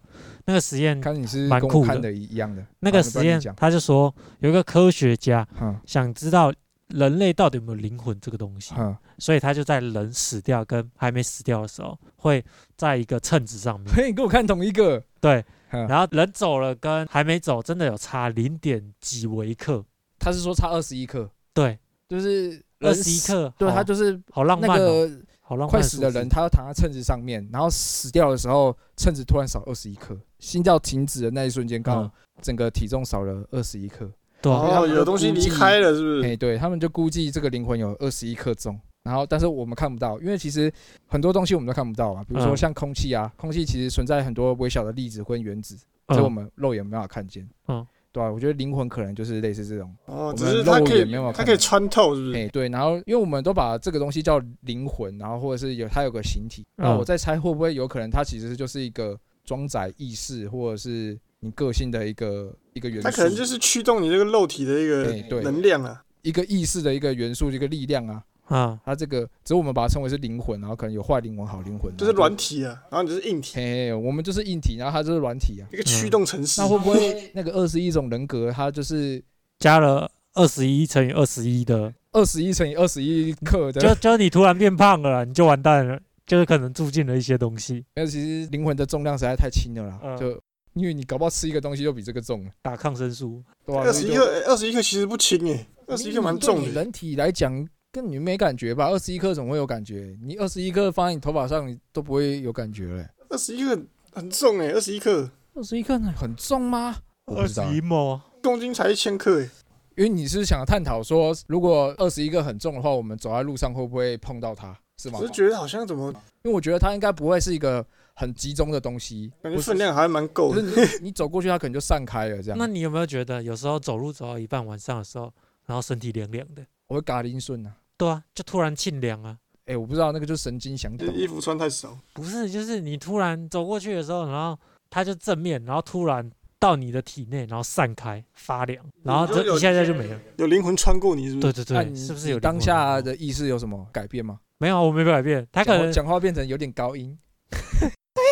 [SPEAKER 2] 那个实验
[SPEAKER 1] 看你是
[SPEAKER 2] 嗯蛮
[SPEAKER 1] 跟
[SPEAKER 2] 酷
[SPEAKER 1] 我
[SPEAKER 2] 的
[SPEAKER 1] 看的一一样的。
[SPEAKER 2] 那
[SPEAKER 1] 好你
[SPEAKER 2] 个
[SPEAKER 1] 不要
[SPEAKER 2] 实验嗯
[SPEAKER 1] 你讲，
[SPEAKER 2] 他就说有一个科学家
[SPEAKER 1] 哼
[SPEAKER 2] 想知道人类到底有没有灵魂这个东西，
[SPEAKER 1] 哼，
[SPEAKER 2] 所以他就在人死掉跟还没死掉的时候，会在一个秤子上面，
[SPEAKER 1] 嘿，你给我看同一个。
[SPEAKER 2] 对，
[SPEAKER 1] 哼
[SPEAKER 2] 然后人走了跟还没走真的有差零点几微克，
[SPEAKER 1] 他是说差二十一克，
[SPEAKER 2] 对，
[SPEAKER 1] 就是
[SPEAKER 2] 二
[SPEAKER 1] 人
[SPEAKER 2] 十一
[SPEAKER 1] 死，
[SPEAKER 2] 克，
[SPEAKER 1] 对，
[SPEAKER 2] 好
[SPEAKER 1] 他呃就是
[SPEAKER 2] 好浪
[SPEAKER 1] 那
[SPEAKER 2] 漫哦，
[SPEAKER 1] 个
[SPEAKER 2] 好浪漫，
[SPEAKER 1] 快死的人，，他要躺在秤子上面，然后死掉的时候，秤子突然少二十一克，心跳停止的那一瞬间，刚
[SPEAKER 2] 嗯
[SPEAKER 1] 好整个体重少了二十一克。
[SPEAKER 2] 对啊，
[SPEAKER 3] 哦，有东西离开了，是不
[SPEAKER 1] 哎、
[SPEAKER 3] 是？
[SPEAKER 1] 对他们就估计这个灵魂有二十一克重，然后但是我们看不到，因为其实很多东西我们都看不到啊，比如说
[SPEAKER 2] 嗯
[SPEAKER 1] 像空气啊，空气其实存在很多微小的粒子跟原子，所以我
[SPEAKER 2] 嗯，
[SPEAKER 1] 们肉眼没办法看见。
[SPEAKER 2] 嗯，
[SPEAKER 1] 对啊，我觉得灵魂可能就是类似这种，
[SPEAKER 3] 哦
[SPEAKER 1] 我，
[SPEAKER 3] 只
[SPEAKER 1] 们
[SPEAKER 3] 是它
[SPEAKER 1] 肉
[SPEAKER 3] 可以
[SPEAKER 1] 眼没有办法
[SPEAKER 3] 它
[SPEAKER 1] 看
[SPEAKER 3] 可以穿透，是不
[SPEAKER 1] 哎、
[SPEAKER 3] 是？
[SPEAKER 1] 对，然后因为我们都把这个东西叫灵魂，然后或者是有它有个形体，那
[SPEAKER 2] 嗯
[SPEAKER 1] 我在猜会不会有可能它其实就是一个装载意识或者是你个性的一个一个元素，
[SPEAKER 3] 它可能就是驱动你这个肉体的一
[SPEAKER 1] 哎
[SPEAKER 3] 个
[SPEAKER 1] 对
[SPEAKER 3] 能量啊。
[SPEAKER 1] 一个意识的一个元素，一个力量啊。
[SPEAKER 2] 啊，
[SPEAKER 1] 它这个只是我们把它称为是灵魂，然后可能有坏灵魂、好灵魂，
[SPEAKER 3] 就是软
[SPEAKER 1] 体。
[SPEAKER 3] 体啊，然后你就是硬体，
[SPEAKER 1] 嘿嘿，我们就是硬体，然后它就是软体 啊。
[SPEAKER 3] 一个驱动城市
[SPEAKER 1] 那。会不会那个二十一种人格，它就是
[SPEAKER 2] 加了二十一乘以二十一的，
[SPEAKER 1] 二十一乘以二十一克的？
[SPEAKER 2] 就就你突然变胖了啦，你就完蛋了，就是可能住进了一些东西，
[SPEAKER 1] 没有，其实灵魂的重量实在太轻了啦，
[SPEAKER 2] 嗯
[SPEAKER 1] 就因为你搞不好吃一个东西就比这个重了，
[SPEAKER 2] 打抗生素，
[SPEAKER 1] 对吧、
[SPEAKER 3] 二十一克，二十一克其实不轻诶，二十一克蛮重
[SPEAKER 1] 你对你
[SPEAKER 3] 的。
[SPEAKER 1] 人体来讲，跟你没感觉吧？二十一克总会有感觉，你二十一克放在你头发上你都不会有感觉嘞。
[SPEAKER 3] 二十一克很重欸诶，二十一克
[SPEAKER 1] 二十一克很重吗？我不
[SPEAKER 2] 二
[SPEAKER 1] 知
[SPEAKER 2] 十
[SPEAKER 1] 道
[SPEAKER 2] 一啊摩，
[SPEAKER 3] 公斤才一千克欸诶。
[SPEAKER 1] 因为你是想探讨说，如果二十一个很重的话，我们走在路上会不会碰到它，是吗
[SPEAKER 3] 我？就觉得好像怎么
[SPEAKER 1] 因为我觉得它应该不会是一个很集中的东西，
[SPEAKER 3] 感觉分量还蛮够
[SPEAKER 1] 可是
[SPEAKER 3] 的。
[SPEAKER 1] 你你走过去，它可能就散开了这
[SPEAKER 2] 那
[SPEAKER 1] 样。
[SPEAKER 2] 你有没有觉得有时候走路走到一半晚上的时候，然后身体凉凉的？
[SPEAKER 1] 我会嘎铃顺啊，
[SPEAKER 2] 对啊，就突然沁凉啊。
[SPEAKER 1] 哎，我不知道那个就是神经响
[SPEAKER 3] 就是
[SPEAKER 1] 抖，
[SPEAKER 3] 衣服穿太少，
[SPEAKER 2] 不是，就是你突然走过去的时候，然后它就正面，然后突然到你的体内，然后散开发凉，然后
[SPEAKER 3] 你就
[SPEAKER 2] 这
[SPEAKER 3] 嗯有
[SPEAKER 2] 一下下就没了。
[SPEAKER 3] 有灵魂穿过你是不
[SPEAKER 2] 对
[SPEAKER 3] 是？
[SPEAKER 2] 对
[SPEAKER 1] 那
[SPEAKER 2] 对，
[SPEAKER 1] 啊你
[SPEAKER 2] 是不是有
[SPEAKER 1] 你
[SPEAKER 2] 灵
[SPEAKER 1] 当
[SPEAKER 2] 魂
[SPEAKER 1] 下
[SPEAKER 2] 了
[SPEAKER 1] 的意识有什么改变吗？
[SPEAKER 2] 没有啊？我啊没改变，它可
[SPEAKER 1] 讲话
[SPEAKER 2] 能
[SPEAKER 1] 讲话变成有点高 音，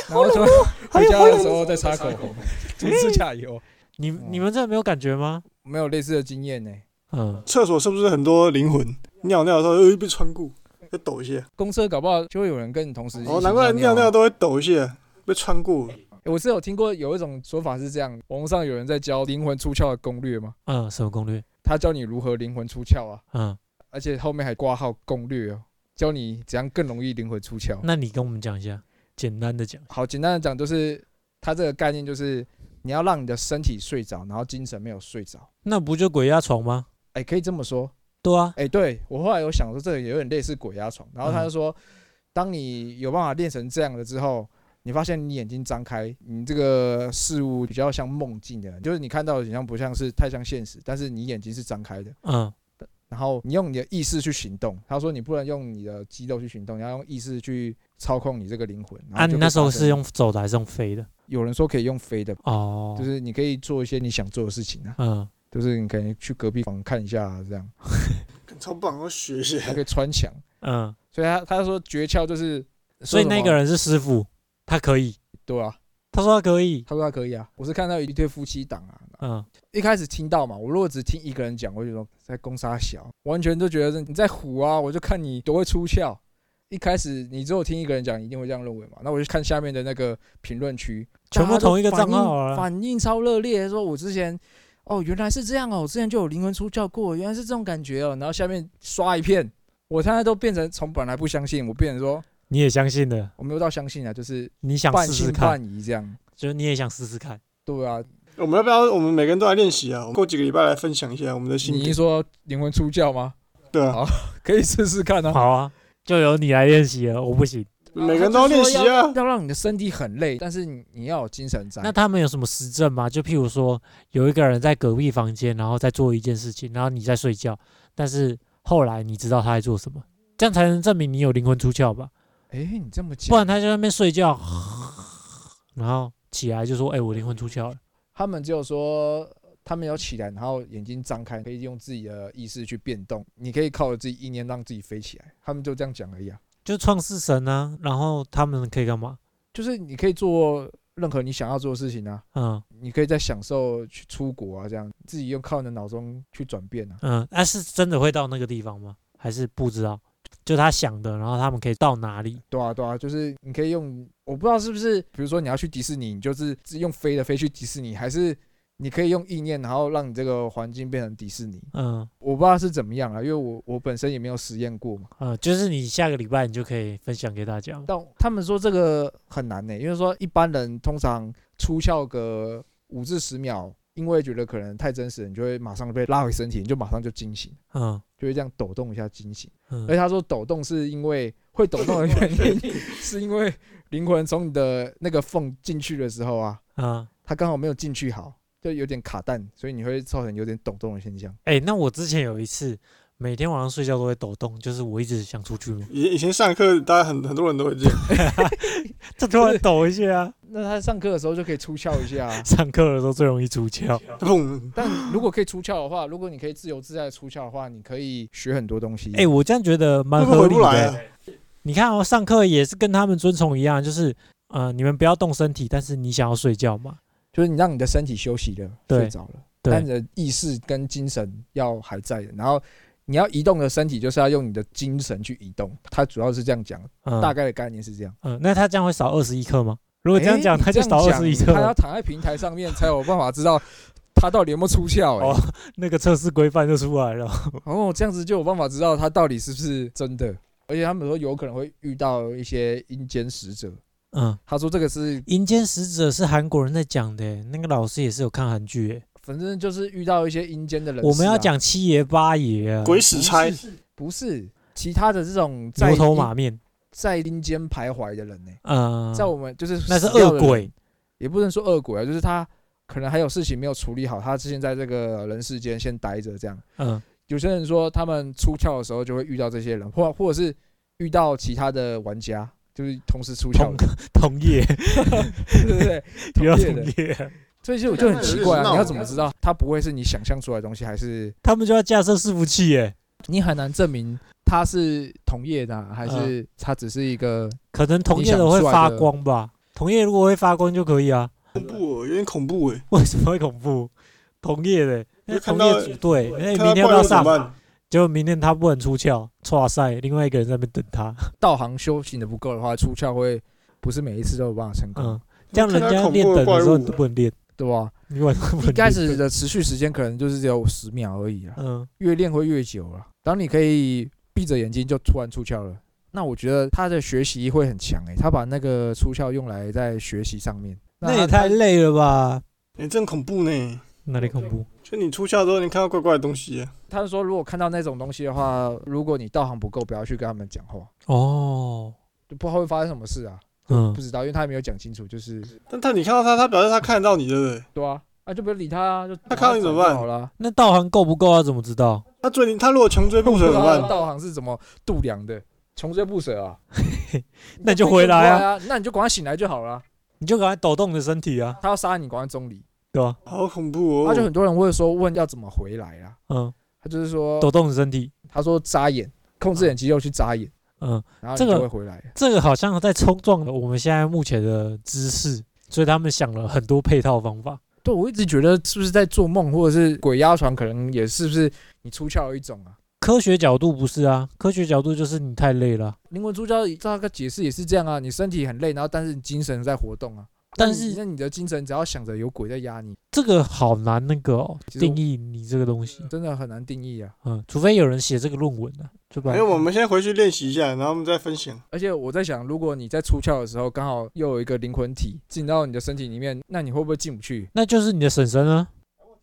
[SPEAKER 1] 然后就回家的时候再 擦口 红，涂指甲油，
[SPEAKER 2] 你你们真的没有感觉吗？
[SPEAKER 1] 没有类似的经验呢。
[SPEAKER 2] 嗯，
[SPEAKER 3] 厕所是不是很多灵魂？尿尿的时候哎又被穿过，要抖一下。
[SPEAKER 1] 公车搞不好就会有人跟你同时一起
[SPEAKER 3] 哦，难怪尿
[SPEAKER 1] 啊
[SPEAKER 3] 尿都会抖一下，被穿过。
[SPEAKER 1] 欸我是有听过有一种说法是这样，网络上有人在教灵魂出窍的攻略吗？
[SPEAKER 2] 嗯，什么攻略？
[SPEAKER 1] 他教你如何灵魂出窍啊，
[SPEAKER 2] 嗯，
[SPEAKER 1] 而且后面还挂号攻略哦，教你怎样更容易灵魂出窍。
[SPEAKER 2] 那你跟我们讲一下，简单的讲。
[SPEAKER 1] 好，简单的讲就是，它这个概念就是你要让你的身体睡着，然后精神没有睡着。
[SPEAKER 2] 那不就鬼压床吗？
[SPEAKER 1] 哎、可以这么说。
[SPEAKER 2] 对啊，
[SPEAKER 1] 哎、对我后来有想说，这个有点类似鬼压床。然后他
[SPEAKER 2] 嗯
[SPEAKER 1] 就说，当你有办法练成这样了之后，你发现你眼睛张开，你这个事物比较像梦境的，就是你看到的景象不像是太像现实，但是你眼睛是张开的。
[SPEAKER 2] 嗯
[SPEAKER 1] 然后你用你的意识去行动，他说你不能用你的肌肉去行动，你要用意识去操控你这个灵魂。然后
[SPEAKER 2] 啊，
[SPEAKER 1] 就
[SPEAKER 2] 你
[SPEAKER 1] 会
[SPEAKER 2] 那时候
[SPEAKER 1] 发生
[SPEAKER 2] 是用走的还是用飞的？
[SPEAKER 1] 有人说可以用飞的，
[SPEAKER 2] 哦，
[SPEAKER 1] 就是你可以做一些你想做的事情啊，
[SPEAKER 2] 嗯，
[SPEAKER 1] 就是你可以去隔壁房看一下、啊、这样，
[SPEAKER 3] 超棒，我学一
[SPEAKER 1] 还
[SPEAKER 3] 下。
[SPEAKER 1] 可以穿墙。
[SPEAKER 2] 嗯，
[SPEAKER 1] 所以他他说诀窍就是，
[SPEAKER 2] 所以
[SPEAKER 1] 说什
[SPEAKER 2] 那
[SPEAKER 1] 么
[SPEAKER 2] 个人是师傅，他可以，
[SPEAKER 1] 对啊，
[SPEAKER 2] 他说他可以，
[SPEAKER 1] 他说他可以啊，我是看到一对夫妻档啊，
[SPEAKER 2] 嗯，
[SPEAKER 1] 一开始听到嘛，我如果只听一个人讲，我就说在攻杀小，完全就觉得你在唬啊，我就看你多会出窍。一开始你只有听一个人讲，你一定会这样认为嘛？那我就看下面的那个评论区，
[SPEAKER 2] 全部
[SPEAKER 1] 大家都
[SPEAKER 2] 同一个账号
[SPEAKER 1] 反应
[SPEAKER 2] 啊
[SPEAKER 1] 反应超热烈，说我之前哦原来是这样哦，我之前就有灵魂出窍过，原来是这种感觉哦。然后下面刷一片，我现在都变成从本来不相信，我变成说
[SPEAKER 2] 你也相信的，
[SPEAKER 1] 我没有到相信啊，就是
[SPEAKER 2] 你想
[SPEAKER 1] 半
[SPEAKER 2] 试试
[SPEAKER 1] 信
[SPEAKER 2] 看，
[SPEAKER 1] 半疑这样。
[SPEAKER 2] 就是你也想试试看，
[SPEAKER 1] 对啊，
[SPEAKER 3] 我们要不要？我们每个人都来练习啊！我们过几个礼拜来分享一下我们的心
[SPEAKER 1] 你
[SPEAKER 3] 得
[SPEAKER 1] 是。说灵魂出窍吗？
[SPEAKER 3] 对啊
[SPEAKER 1] 好，可以试试看啊。
[SPEAKER 2] 好啊，就由你来练习了，我不行。
[SPEAKER 3] 每个人都要练习啊！
[SPEAKER 1] 要让你的身体很累，但是你你要有精神在。
[SPEAKER 2] 那他们有什么实证吗？就譬如说，有一个人在隔壁房间，然后在做一件事情，然后你在睡觉，但是后来你知道他在做什么，这样才能证明你有灵魂出窍吧？
[SPEAKER 1] 哎、你这么
[SPEAKER 2] 不
[SPEAKER 1] 讲，
[SPEAKER 2] 然他就在那边睡觉， 然后起来就说：“哎、我灵魂出窍了。
[SPEAKER 1] 他们只有说他们要起来，然后眼睛张开，可以用自己的意识去变动，你可以靠着自己意念让自己飞起来。他们就这样讲而已啊，”
[SPEAKER 2] 就创世神啊，然后他们可以干嘛？
[SPEAKER 1] 就是你可以做任何你想要做的事情啊，
[SPEAKER 2] 嗯
[SPEAKER 1] 你可以在享受去出国啊，这样自己用靠你的脑中去转变啊。
[SPEAKER 2] 嗯，那、是真的会到那个地方吗？还是不知道？就他想的，然后他们可以到哪里？
[SPEAKER 1] 对啊，对啊，就是你可以用，我不知道是不是，比如说你要去迪士尼，你就是是用飞的飞去迪士尼，还是你可以用意念，然后让你这个环境变成迪士尼。
[SPEAKER 2] 嗯
[SPEAKER 1] 我不知道是怎么样啊，因为我我本身也没有实验过嘛。
[SPEAKER 2] 嗯，就是你下个礼拜你就可以分享给大家。
[SPEAKER 1] 但他们说这个很难呢、因为说一般人通常出窍个五至十秒，因为觉得可能太真实了，你就会马上被拉回身体，你就马上就惊醒，
[SPEAKER 2] 嗯
[SPEAKER 1] 就会这样抖动一下惊醒。而且
[SPEAKER 2] 嗯，
[SPEAKER 1] 他说抖动是因为会抖动的 原因，是因为灵魂从你的那个缝进去的时候啊，
[SPEAKER 2] 啊，
[SPEAKER 1] 它刚好没有进去好，就有点卡蛋，所以你会造成有点抖动的现象。
[SPEAKER 2] 哎、那我之前有一次，每天晚上睡觉都会抖动，就是我一直想 出去嘛，
[SPEAKER 3] 以以前上课，大家很很多人都会这样，
[SPEAKER 2] 这突然抖一下啊，。
[SPEAKER 1] 那他上课的时候就可以出窍一下、啊
[SPEAKER 2] 上课的时候最容易出窍。
[SPEAKER 3] 砰！
[SPEAKER 1] 但如果可以出窍的话，如果你可以自由自在的出窍的话，你可以学很多东西。
[SPEAKER 2] 哎、我这样觉得蛮
[SPEAKER 3] 会不会
[SPEAKER 2] 合
[SPEAKER 3] 回
[SPEAKER 2] 理
[SPEAKER 3] 不
[SPEAKER 2] 的、
[SPEAKER 3] 来啊？
[SPEAKER 2] 你看哦，上课也是跟他们遵从一样，就是呃，你们不要动身体，但是你想要睡觉嘛，
[SPEAKER 1] 就是你让你的身体休息了，
[SPEAKER 2] 对
[SPEAKER 1] 睡着了，
[SPEAKER 2] 对
[SPEAKER 1] 但你的意识跟精神要还在的。然后你要移动的身体，就是要用你的精神去移动。它主要是这样讲，
[SPEAKER 2] 嗯，
[SPEAKER 1] 大概的概念是这样。
[SPEAKER 2] 嗯，那他这样会少二十一克吗？如果这样
[SPEAKER 1] 诶
[SPEAKER 2] 讲，
[SPEAKER 1] 你
[SPEAKER 2] 他就
[SPEAKER 1] 哎这样
[SPEAKER 2] 少二十一
[SPEAKER 1] 讲
[SPEAKER 2] 克
[SPEAKER 1] 他要
[SPEAKER 2] 了。
[SPEAKER 1] 躺在平台上面才有办法知道他到底有没有出窍、欸。
[SPEAKER 2] 哦，那个测试规范就出来了。
[SPEAKER 1] 哦，这样子就有办法知道他到底是不是真的。而且他们说有可能会遇到一些阴间使者。
[SPEAKER 2] 嗯，
[SPEAKER 1] 他说这个是，
[SPEAKER 2] 阴间使者是韩国人在讲的欸，那个老师也是有看韩剧欸。
[SPEAKER 1] 反正就是遇到一些阴间的人、啊
[SPEAKER 2] 我们要讲七爷八爷啊，
[SPEAKER 3] 鬼使差，
[SPEAKER 1] 不是其他的这种在
[SPEAKER 2] 牛头
[SPEAKER 1] 阴
[SPEAKER 2] 马面，
[SPEAKER 1] 在阴间徘徊的人呢、
[SPEAKER 2] 嗯，
[SPEAKER 1] 在我们就是
[SPEAKER 2] 那是
[SPEAKER 1] 死掉
[SPEAKER 2] 恶
[SPEAKER 1] 的人，
[SPEAKER 2] 鬼，
[SPEAKER 1] 也不能说恶鬼啊，就是他可能还有事情没有处理好，他之前在这个人世间先待着这样。
[SPEAKER 2] 嗯
[SPEAKER 1] 有些人说他们出窍的时候就会遇到这些人，或或者是遇到其他的玩家，就是同时出窍的，
[SPEAKER 2] 同业，
[SPEAKER 1] 对对 对，同
[SPEAKER 2] 不要
[SPEAKER 1] 业
[SPEAKER 2] 同
[SPEAKER 1] 的。
[SPEAKER 2] 业，啊
[SPEAKER 1] 所以就就很奇怪啊，
[SPEAKER 3] 那我
[SPEAKER 1] 你要怎么知道它不会是你想象出来的东西，还是
[SPEAKER 2] 他们就要架设伺服器耶，
[SPEAKER 1] 你很难证明它是同业的啊、还
[SPEAKER 2] 嗯
[SPEAKER 1] 是它只是一个？
[SPEAKER 2] 可能同
[SPEAKER 1] 你
[SPEAKER 2] 业
[SPEAKER 1] 想
[SPEAKER 2] 的会
[SPEAKER 1] 出来
[SPEAKER 2] 发
[SPEAKER 1] 的
[SPEAKER 2] 光吧，同业如果会发光就可以啊，
[SPEAKER 3] 恐怖哦，有点恐怖哎。
[SPEAKER 2] 为什么会恐怖？同业的，那
[SPEAKER 3] 就
[SPEAKER 2] 同
[SPEAKER 3] 看
[SPEAKER 2] 业
[SPEAKER 3] 到
[SPEAKER 2] 组队，那
[SPEAKER 3] 看
[SPEAKER 2] 哎明
[SPEAKER 3] 到
[SPEAKER 2] 天要不要
[SPEAKER 3] 怪物怎
[SPEAKER 2] 上？
[SPEAKER 3] 么办？
[SPEAKER 2] 结果明天他不能出窍，哇塞，另外一个人在那边等他，
[SPEAKER 1] 道行修行的不够的话，出窍会不是每一次都有办法成功，
[SPEAKER 2] 嗯， 这样人
[SPEAKER 3] 看
[SPEAKER 2] 家
[SPEAKER 3] 到恐
[SPEAKER 2] 练
[SPEAKER 3] 怖
[SPEAKER 2] 等
[SPEAKER 3] 的
[SPEAKER 2] 的时
[SPEAKER 3] 怪
[SPEAKER 2] 候
[SPEAKER 3] 物
[SPEAKER 2] 你都不能练，
[SPEAKER 1] 对吧？
[SPEAKER 2] 你晚上不
[SPEAKER 1] 一
[SPEAKER 2] 能
[SPEAKER 1] 开
[SPEAKER 2] 练
[SPEAKER 1] 始的持续时间可能就是只有十秒而已啊，
[SPEAKER 2] 嗯
[SPEAKER 1] 越练会越久了。当你可以闭着眼睛就突然出窍了，那我觉得他的学习会很强诶、他把那个出窍用来在学习上面，
[SPEAKER 2] 那
[SPEAKER 1] 他
[SPEAKER 2] 也太累了吧？
[SPEAKER 3] 哎，真恐怖呢！
[SPEAKER 2] 哪里恐怖？
[SPEAKER 3] 就你出校之后，你看到怪怪的东西啊，
[SPEAKER 1] 他说，如果看到那种东西的话，如果你道行不够，不要去跟他们讲话，
[SPEAKER 2] 哦，
[SPEAKER 1] 就不知道会发生什么事啊。
[SPEAKER 2] 嗯
[SPEAKER 1] 不知道，因为他也没有讲清楚，就是
[SPEAKER 3] 但他你看到他，他表示他看得到你，对不对？
[SPEAKER 1] 对啊，啊就不要理他啊，就
[SPEAKER 3] 他看到你怎么办
[SPEAKER 1] 好了，
[SPEAKER 2] 那道行够不够啊？怎么知道？
[SPEAKER 3] 他追你，他如果穷追不
[SPEAKER 1] 不
[SPEAKER 3] 舍
[SPEAKER 1] 知
[SPEAKER 3] 怎么
[SPEAKER 1] 道
[SPEAKER 3] 办？
[SPEAKER 1] 道行是怎么度量的，穷追不舍啊，
[SPEAKER 2] 那你就回来啊，
[SPEAKER 1] 啊，那你就赶快醒来就好了啊。
[SPEAKER 2] 你就赶快抖动你的身体啊，
[SPEAKER 1] 他要杀你，赶快中离。啊
[SPEAKER 2] 对吧？
[SPEAKER 3] 好恐怖
[SPEAKER 1] 他就
[SPEAKER 3] 哦！
[SPEAKER 1] 很多人会说问要怎么回来啊，
[SPEAKER 2] 嗯，
[SPEAKER 1] 他就是说
[SPEAKER 2] 抖动你的身体，
[SPEAKER 1] 他说扎眼，控制眼肌肉去扎眼，
[SPEAKER 2] 嗯，
[SPEAKER 1] 然后
[SPEAKER 2] 这
[SPEAKER 1] 你
[SPEAKER 2] 个
[SPEAKER 1] 就会回来。
[SPEAKER 2] 这个好像在冲撞我们现在目前的姿势，所以他们想了很多配套方法。
[SPEAKER 1] 对我一直觉得是不是在做梦，或者是鬼压床，可能也是不是你出窍的一种啊。
[SPEAKER 2] 科学角度不是啊，科学角度就是你太累了啊，
[SPEAKER 1] 灵魂出窍，大概解释也是这样啊，你身体很累，然后但是你精神在活动啊。
[SPEAKER 2] 但
[SPEAKER 1] 那你
[SPEAKER 2] 是
[SPEAKER 1] 那你的精神只要想着有鬼在压你，
[SPEAKER 2] 这个好难那个、哦、
[SPEAKER 1] 其实我
[SPEAKER 2] 定义你这个东西。
[SPEAKER 1] 真的很难定义啊。
[SPEAKER 2] 嗯，除非有人写这个论文啊，对吧
[SPEAKER 3] 没？有，哎我们先回去练习一下，然后我们再分享。
[SPEAKER 1] 而且我在想，如果你在出窍的时候刚好又有一个灵魂体进到你的身体里面，那你会不会进不去？
[SPEAKER 2] 那就是你的婶婶啊，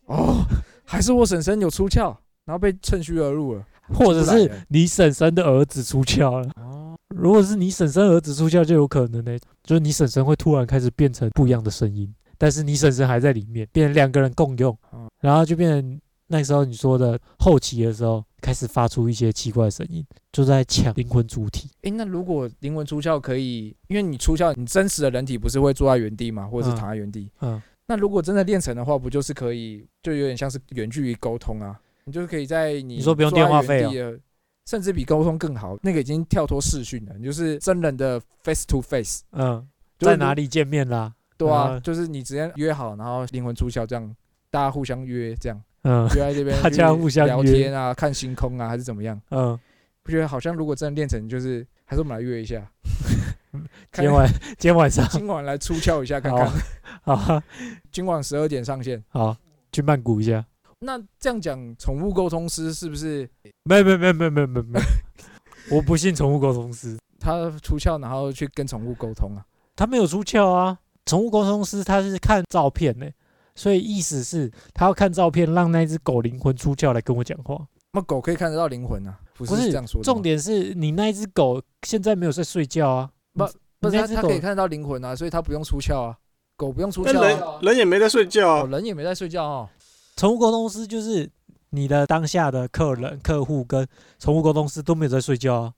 [SPEAKER 1] 哦，还是我婶婶有出窍，然后被趁虚而入了。
[SPEAKER 2] 或者
[SPEAKER 1] 出不来啊
[SPEAKER 2] 是
[SPEAKER 1] 的
[SPEAKER 2] 你婶婶的儿子出窍了。
[SPEAKER 1] 哦，
[SPEAKER 2] 如果是你婶婶儿子出窍，就有可能呢、就是你婶婶会突然开始变成不一样的声音，但是你婶婶还在里面，变成两个人共用
[SPEAKER 1] 嗯，
[SPEAKER 2] 然后就变成那时候你说的后期的时候，开始发出一些奇怪的声音，就在抢灵魂主体。
[SPEAKER 1] 诶，那如果灵魂出窍可以，因为你出窍，你真实的人体不是会坐在原地嘛，或者是
[SPEAKER 2] 嗯
[SPEAKER 1] 躺在原地？
[SPEAKER 2] 嗯，
[SPEAKER 1] 那如果真的练成的话，不就是可以，就有点像是远距离沟通啊？你就是可以在你
[SPEAKER 2] 你说不用电话
[SPEAKER 1] 坐在
[SPEAKER 2] 费哦
[SPEAKER 1] 原地的甚至比沟通更好。那个已经跳脱视讯了，你就是真人的 face to face，
[SPEAKER 2] 嗯，
[SPEAKER 1] 就是
[SPEAKER 2] 在
[SPEAKER 1] 你
[SPEAKER 2] 哪？里见面啦？
[SPEAKER 1] 对啊，
[SPEAKER 2] 啊
[SPEAKER 1] 就是你直接约好，然后灵魂出窍这样，大家互相约这 样，
[SPEAKER 2] 嗯
[SPEAKER 1] 约在这边，
[SPEAKER 2] 大家互相约
[SPEAKER 1] 聊天啊，看星空啊，还是怎么样？
[SPEAKER 2] 嗯，
[SPEAKER 1] 不觉得好像如果真的练成，就是还是我们来约一 下， 看
[SPEAKER 2] 今天晚今天晚上
[SPEAKER 1] 今晚来出窍一下看看
[SPEAKER 2] 好，好啊
[SPEAKER 1] 今晚十二点上线。
[SPEAKER 2] 好去曼谷一下。
[SPEAKER 1] 那这样讲，宠物沟通师是不是
[SPEAKER 2] 没没没没没没没， 我不信宠物沟通师，
[SPEAKER 1] 他出窍，然后去跟宠物沟通啊？
[SPEAKER 2] 他没有出窍啊。宠物沟通师他是看照片呢、所以意思是他要看照片，让那只狗灵魂出窍来跟我讲话。
[SPEAKER 1] 那狗可以看得到灵魂啊，不
[SPEAKER 2] 不是
[SPEAKER 1] 这样说的吗。
[SPEAKER 2] 重点是你那一只狗现在没有在睡觉啊，
[SPEAKER 1] 不不是
[SPEAKER 2] 你
[SPEAKER 1] 它
[SPEAKER 2] 那只
[SPEAKER 1] 它
[SPEAKER 2] 狗
[SPEAKER 1] 可以看得到灵魂啊，所以它不用出窍啊，狗不用出
[SPEAKER 3] 那
[SPEAKER 1] 窍啊、
[SPEAKER 3] 人人也没在睡觉
[SPEAKER 1] 哦，
[SPEAKER 3] 啊，
[SPEAKER 1] 人也没在睡觉哦。
[SPEAKER 2] 宠物沟通师就是你的当下的客人、客户跟宠物沟通师都没有在睡觉啊，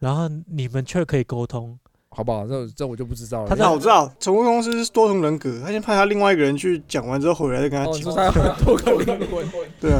[SPEAKER 2] 然后你们却可以沟通。
[SPEAKER 1] 好不好？这这我就不知道了。哦
[SPEAKER 2] 他在
[SPEAKER 3] 那我知道，宠物公司是多重人格，他先派他另外一个人去讲完之后回来再跟他
[SPEAKER 1] 哦，你
[SPEAKER 3] 讲，
[SPEAKER 1] 说他有多个灵魂？
[SPEAKER 3] 对啊，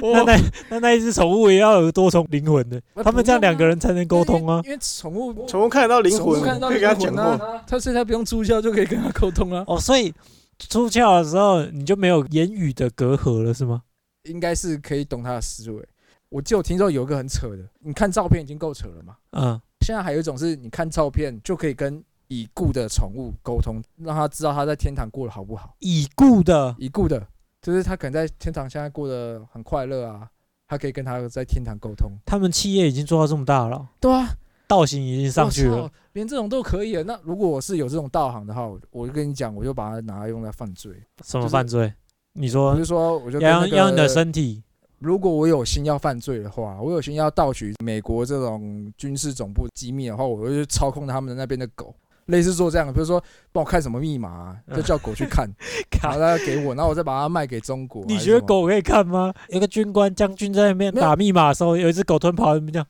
[SPEAKER 2] 那那那那一只宠物也要有多重灵魂的，
[SPEAKER 1] 哦那
[SPEAKER 2] 他们这样
[SPEAKER 1] 不用啊
[SPEAKER 2] 两个人才能 沟通啊。
[SPEAKER 1] 因为宠物
[SPEAKER 3] 宠物看得到灵
[SPEAKER 1] 宠物
[SPEAKER 3] 魂，
[SPEAKER 1] 看得到
[SPEAKER 3] 可以跟他讲
[SPEAKER 1] 灵魂
[SPEAKER 3] 话，
[SPEAKER 1] 啊，它所以它不用助教就可以跟它沟通啊。
[SPEAKER 2] 哦，所以出窍的时候你就没有言语的隔阂了，是吗？
[SPEAKER 1] 应该是可以懂它的思维。我记得我听说有一个很扯的，你看照片已经够扯了嘛，
[SPEAKER 2] 嗯，
[SPEAKER 1] 现在还有一种是你看照片就可以跟已故的宠物沟通，让它知道它在天堂过得好不好。
[SPEAKER 2] 已故的
[SPEAKER 1] 已故的，就是它可能在天堂现在过得很快乐啊，它可以跟它在天堂沟通。
[SPEAKER 2] 他们企业已经做到这么大了，
[SPEAKER 1] 对啊，
[SPEAKER 2] 道行已经上去
[SPEAKER 1] 我
[SPEAKER 2] 了
[SPEAKER 1] 操，连这种都可以了。那如果我是有这种道行的话，我我就跟你讲，我就把它拿来用来犯罪。
[SPEAKER 2] 什么
[SPEAKER 1] 就是
[SPEAKER 2] 犯罪？你
[SPEAKER 1] 我
[SPEAKER 2] 说
[SPEAKER 1] 就说，我就跟
[SPEAKER 2] 要
[SPEAKER 1] 那
[SPEAKER 2] 用要用你哦
[SPEAKER 1] 个，
[SPEAKER 2] 的身 体，
[SPEAKER 1] 如果我有心要犯罪的话，我有心要盗取美国这种军事总部机密的话，我就操控他们那边的狗。类似做这样的，比如说帮我看什么密码啊、就叫狗去看，然后它给我，然后我再把它卖给中国。
[SPEAKER 2] 你
[SPEAKER 1] 还是
[SPEAKER 2] 觉得
[SPEAKER 1] 什么
[SPEAKER 2] 狗可以看吗？有个军官将军在那边
[SPEAKER 1] 没有
[SPEAKER 2] 打密码的时候，有一只狗突然跑到那边这样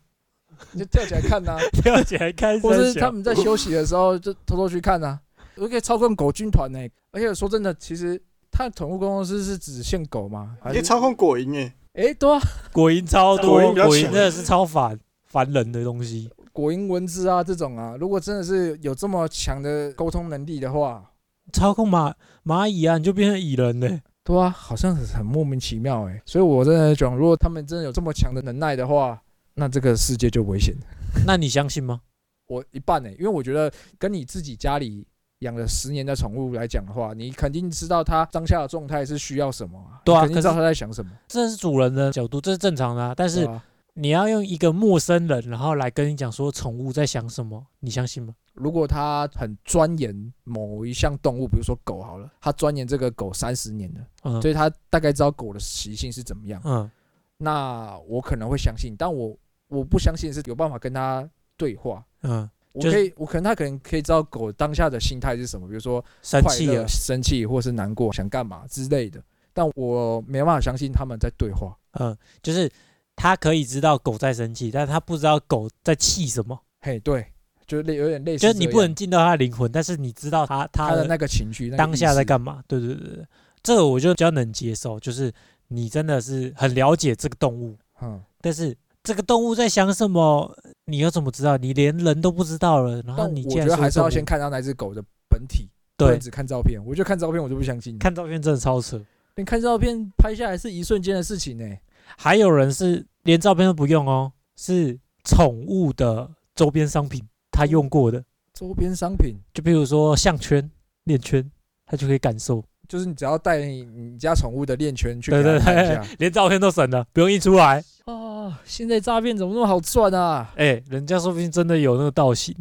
[SPEAKER 1] 就跳起来看呐、
[SPEAKER 2] 跳起来看，
[SPEAKER 1] 或是他
[SPEAKER 2] 三小
[SPEAKER 1] 们在休息的时候就偷偷去看啊，我可以操控狗军团呢、而且说真的，其实它宠物公司是只限狗吗？
[SPEAKER 3] 你
[SPEAKER 1] 还
[SPEAKER 3] 可以
[SPEAKER 1] 是
[SPEAKER 3] 操控果欸 蝇诶，
[SPEAKER 1] 哎、对啊，
[SPEAKER 2] 果蝇超多，
[SPEAKER 3] 果蝇比较
[SPEAKER 2] 果蝇
[SPEAKER 3] 强
[SPEAKER 2] 真的是超烦烦人的东西。
[SPEAKER 1] 果蝇蚊子啊这种啊，如果真的是有这么强的沟通能力的话，
[SPEAKER 2] 操控蚂蚂蚁啊，你就变成蚁人嘞、
[SPEAKER 1] 对啊，好像很莫名其妙哎、所以我真的讲，如果他们真的有这么强的能耐的话，那这个世界就危险了。
[SPEAKER 2] 那你相信吗？
[SPEAKER 1] 我一半欸呢、因为我觉得跟你自己家里。养了十年的宠物来讲的话，你肯定知道它当下的状态是需要什么、啊，
[SPEAKER 2] 对啊
[SPEAKER 1] 你肯定知道
[SPEAKER 2] 可是
[SPEAKER 1] 它在想什么，
[SPEAKER 2] 这是主人的角度，这是正常的、啊。但
[SPEAKER 1] 对
[SPEAKER 2] 是
[SPEAKER 1] 啊
[SPEAKER 2] 你要用一个陌生人，然后来跟你讲说宠物在想什么，你相信吗？
[SPEAKER 1] 如果他很钻研某一项动物，比如说狗好了，他钻研这个狗三十年了，
[SPEAKER 2] 嗯
[SPEAKER 1] 所以他大概知道狗的习性是怎么样。
[SPEAKER 2] 嗯，
[SPEAKER 1] 那我可能会相信，但我我不相信是有办法跟他对话。
[SPEAKER 2] 嗯，
[SPEAKER 1] 我
[SPEAKER 2] 就是
[SPEAKER 1] 可以，我可能他可能可以知道狗当下的心态是什么，比如说
[SPEAKER 2] 生
[SPEAKER 1] 快
[SPEAKER 2] 气
[SPEAKER 1] 乐、
[SPEAKER 2] 了，
[SPEAKER 1] 生气或是难过、想干嘛之类的。但我没办法相信他们在对话。
[SPEAKER 2] 嗯，就是他可以知道狗在生气，但他不知道狗在气什么，
[SPEAKER 1] 嘿，对，就类有点类似这
[SPEAKER 2] 就
[SPEAKER 1] 样，
[SPEAKER 2] 是你不能进到他的灵魂，但是你知道他他
[SPEAKER 1] 他
[SPEAKER 2] 的
[SPEAKER 1] 的那个情绪，那个
[SPEAKER 2] 当
[SPEAKER 1] 意
[SPEAKER 2] 下
[SPEAKER 1] 识
[SPEAKER 2] 在干嘛。对对对对，这个我就比较能接受，就是你真的是很了解这个动物，
[SPEAKER 1] 嗯，
[SPEAKER 2] 但是这个动物在想什么，你又怎么知道？你连人都不知道了，然后
[SPEAKER 1] 但
[SPEAKER 2] 你
[SPEAKER 1] 我觉
[SPEAKER 2] 竟然
[SPEAKER 1] 得
[SPEAKER 2] 说
[SPEAKER 1] 还是要
[SPEAKER 2] 动物
[SPEAKER 1] 先看到那只狗的本体。不
[SPEAKER 2] 对
[SPEAKER 1] 能只看照片，我就看照片我就不相信。
[SPEAKER 2] 看照片真的超扯。
[SPEAKER 1] 连看照片拍下来是一瞬间的事情呢、
[SPEAKER 2] 还有人是连照片都不用哦，是宠物的周边商品，他用过的，
[SPEAKER 1] 周边商品
[SPEAKER 2] 就比如说项圈、链圈，他就可以感受。
[SPEAKER 1] 就是你只要带你你家宠物的链圈去
[SPEAKER 2] 对
[SPEAKER 1] 给
[SPEAKER 2] 对
[SPEAKER 1] 它看一
[SPEAKER 2] 对
[SPEAKER 1] 下。，
[SPEAKER 2] 连照片都省了，不用印出来。
[SPEAKER 1] 哦，现在诈骗怎么那么好赚啊？
[SPEAKER 2] 哎，人家说不定真的有那个道行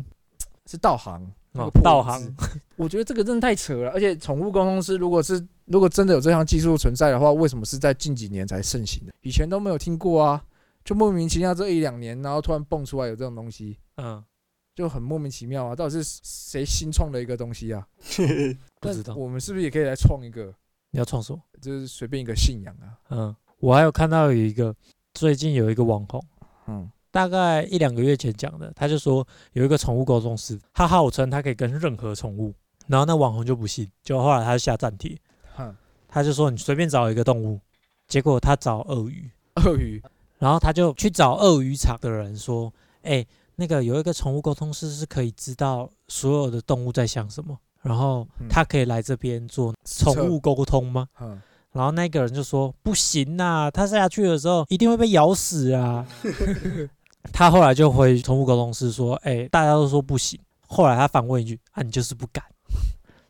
[SPEAKER 1] 是道行，那
[SPEAKER 2] 哦
[SPEAKER 1] 个破，
[SPEAKER 2] 道
[SPEAKER 1] 文字
[SPEAKER 2] 行。
[SPEAKER 1] 我觉得这个真的太扯了。而且宠物沟通师如果是如果真的有这项技术存在的话，为什么是在近几年才盛行的？以前都没有听过啊，就莫名其妙这一两年，然后突然蹦出来有这种东西，
[SPEAKER 2] 嗯，
[SPEAKER 1] 就很莫名其妙啊！到底是谁新创的一个东西啊？
[SPEAKER 3] 嘿嘿
[SPEAKER 2] 不知道
[SPEAKER 1] 但我们是不是也可以来创一个？
[SPEAKER 2] 你要创什么？
[SPEAKER 1] 就是随便一个信仰啊。
[SPEAKER 2] 嗯，我还有看到有一个最近有一个网红，
[SPEAKER 1] 嗯，
[SPEAKER 2] 大概一两个月前讲的，他就说有一个宠物沟通师，他号称他可以跟任何宠物，然后那网红就不信，就后来他就下站帖，
[SPEAKER 1] 哼，
[SPEAKER 2] 他就说你随便找一个动物，结果他找鳄鱼，
[SPEAKER 1] 鳄鱼，
[SPEAKER 2] 然后他就去找鳄鱼场的人说，哎、那个有一个宠物沟通师是可以知道所有的动物在想什么，然后
[SPEAKER 1] 嗯
[SPEAKER 2] 他可以来这边做宠物沟通吗？
[SPEAKER 1] 哼，
[SPEAKER 2] 然后那个人就说：“不行呐、他下去的时候一定会被咬死啊。”他后来就回宠物沟通师说：“哎、大家都说不行。”后来他反问一句：“啊，你就是不敢。”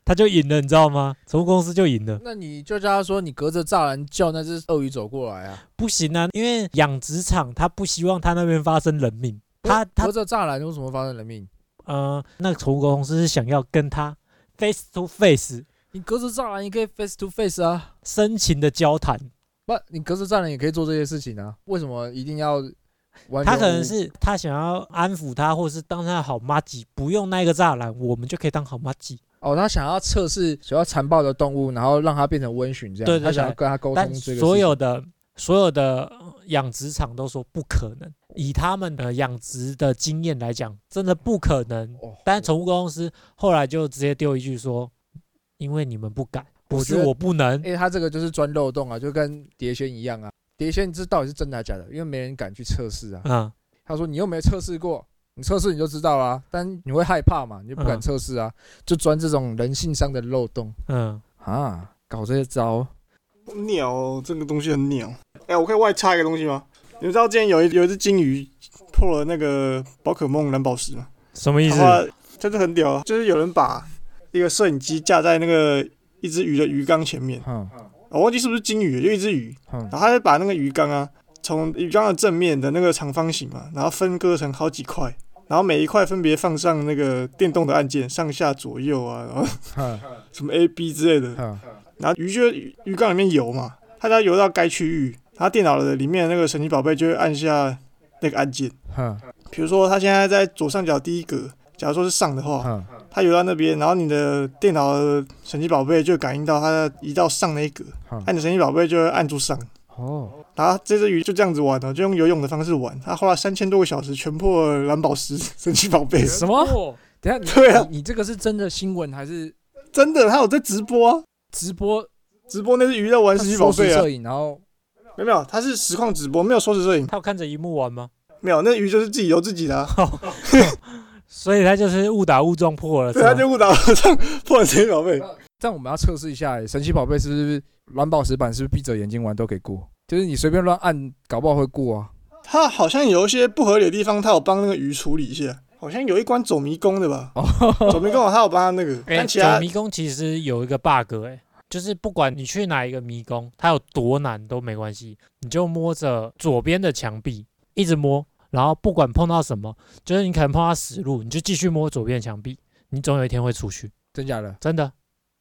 [SPEAKER 2] 他就赢了，你知道吗？宠物公司就赢了。
[SPEAKER 1] 那你就叫他说你隔着栅栏叫那只鳄鱼走过来啊。
[SPEAKER 2] 不行啊，因为养殖场他不希望他那边发生人命。他他
[SPEAKER 1] 隔着栅栏为什么发生人命？
[SPEAKER 2] 呃，那个宠物沟通师是想要跟他 face to face
[SPEAKER 1] 你隔着栅栏也可以 face to face 啊，
[SPEAKER 2] 深情的交谈。
[SPEAKER 1] 不，你隔着栅栏也可以做这些事情啊，为什么一定要完全无？
[SPEAKER 2] 他可能是他想要安抚他，或者是当他的好妈吉，不用那个栅栏，我们就可以当好妈吉。
[SPEAKER 1] 哦，他想要测试想要残暴的动物，然后让它变成温驯这样，
[SPEAKER 2] 对对
[SPEAKER 1] 他想
[SPEAKER 2] 对
[SPEAKER 1] 要跟它沟
[SPEAKER 2] 但
[SPEAKER 1] 通这个
[SPEAKER 2] 所
[SPEAKER 1] 事情
[SPEAKER 2] 有的所有的呃养殖场都说不可能，以他们的养殖的经验来讲，真的不可能。
[SPEAKER 1] 哦，
[SPEAKER 2] 但宠物公司后来就直接丢一句说：“因为你们不敢，不
[SPEAKER 1] 我
[SPEAKER 2] 是
[SPEAKER 1] 觉得
[SPEAKER 2] 我不能。
[SPEAKER 1] 因为它这个就是钻漏洞啊，就跟碟仙一样啊。碟仙这到底是真的还是假的？因为没人敢去测试啊。
[SPEAKER 2] 嗯，
[SPEAKER 1] 他说你又没测试过，你测试你就知道啦、但你会害怕嘛，你就不敢
[SPEAKER 2] 嗯
[SPEAKER 1] 测试啊，就钻这种人性上的漏洞
[SPEAKER 2] 嗯，
[SPEAKER 1] 啊，搞这些招。
[SPEAKER 3] 鸟这个东西很鸟。哎、我可以外插一个东西吗？你们知道之前有一有一只金鱼破了那个宝可梦蓝宝石吗？
[SPEAKER 2] 什么意思？
[SPEAKER 3] 哇，真的很屌啊！就是有人把一个摄影机架在那个一只鱼的鱼缸前面，
[SPEAKER 1] 哼
[SPEAKER 3] 我忘记是不是金鱼，就一只鱼，
[SPEAKER 1] 哼，
[SPEAKER 3] 然后他就把那个鱼缸啊，从鱼缸的正面的那个长方形嘛，然后分割成好几块，然后每一块分别放上那个电动的按键，上下左右啊，然后
[SPEAKER 1] 哼
[SPEAKER 3] 什么 A B 之类的，
[SPEAKER 1] 哼，
[SPEAKER 3] 然后鱼就鱼鱼缸里面游嘛，它只要游到该区域，它电脑的里面的那个神奇宝贝就会按下那个按键，
[SPEAKER 1] 哼
[SPEAKER 3] 比如说它现在在左上角第一格，假如说是上的话，
[SPEAKER 1] 哼，
[SPEAKER 3] 它游到那边，然后你的电脑的神奇宝贝就感应到它移到上那一格，
[SPEAKER 1] 哼
[SPEAKER 3] 按你的神奇宝贝就会按住上。
[SPEAKER 1] 哦，
[SPEAKER 3] 然后这只鱼就这样子玩了，哦就用游泳的方式玩。它花了三千多个小时全破了蓝宝石 神奇宝贝，
[SPEAKER 2] 嗯
[SPEAKER 1] 什么？等一下你
[SPEAKER 3] 对啊
[SPEAKER 1] 你你这个是真的新闻还是
[SPEAKER 3] 真的，它有在直播啊，
[SPEAKER 1] 直播
[SPEAKER 3] 直播那只鱼在玩神奇宝
[SPEAKER 1] 缩时
[SPEAKER 3] 贝啊，
[SPEAKER 1] 摄影？然后
[SPEAKER 3] 没有没有，它是实况直播，没有缩时摄影，
[SPEAKER 2] 他有看着荧幕玩 吗？
[SPEAKER 3] 没有，那鱼就是自己游自 己的、啊，
[SPEAKER 2] 所以他就是误打误撞破了。
[SPEAKER 3] 对，
[SPEAKER 2] 是
[SPEAKER 3] 它
[SPEAKER 2] 吗
[SPEAKER 3] 就误打误撞破了神奇宝贝。
[SPEAKER 1] 这样我们要测试一下、欸，神奇宝贝是不是蓝宝石版是不是闭着眼睛玩都可以过？就是你随便乱按，搞不好会过 啊。
[SPEAKER 3] 它好像有一些不合理的地方，它有帮那个鱼处理一下，好像有一关走迷宫的吧，
[SPEAKER 1] 哦，
[SPEAKER 3] 走迷宫它有帮它那个，
[SPEAKER 2] 哎、
[SPEAKER 3] 但其
[SPEAKER 2] 走
[SPEAKER 3] 他
[SPEAKER 2] 迷宫其实有一个 bug 哎、就是不管你去哪一个迷宫，它有多难都没关系，欸你就摸着左边的墙壁一直摸，然后不管碰到什么，就是你可能碰到死路，你就继续摸左边的墙壁，你总有一天会出去，
[SPEAKER 1] 真假的？
[SPEAKER 2] 真的，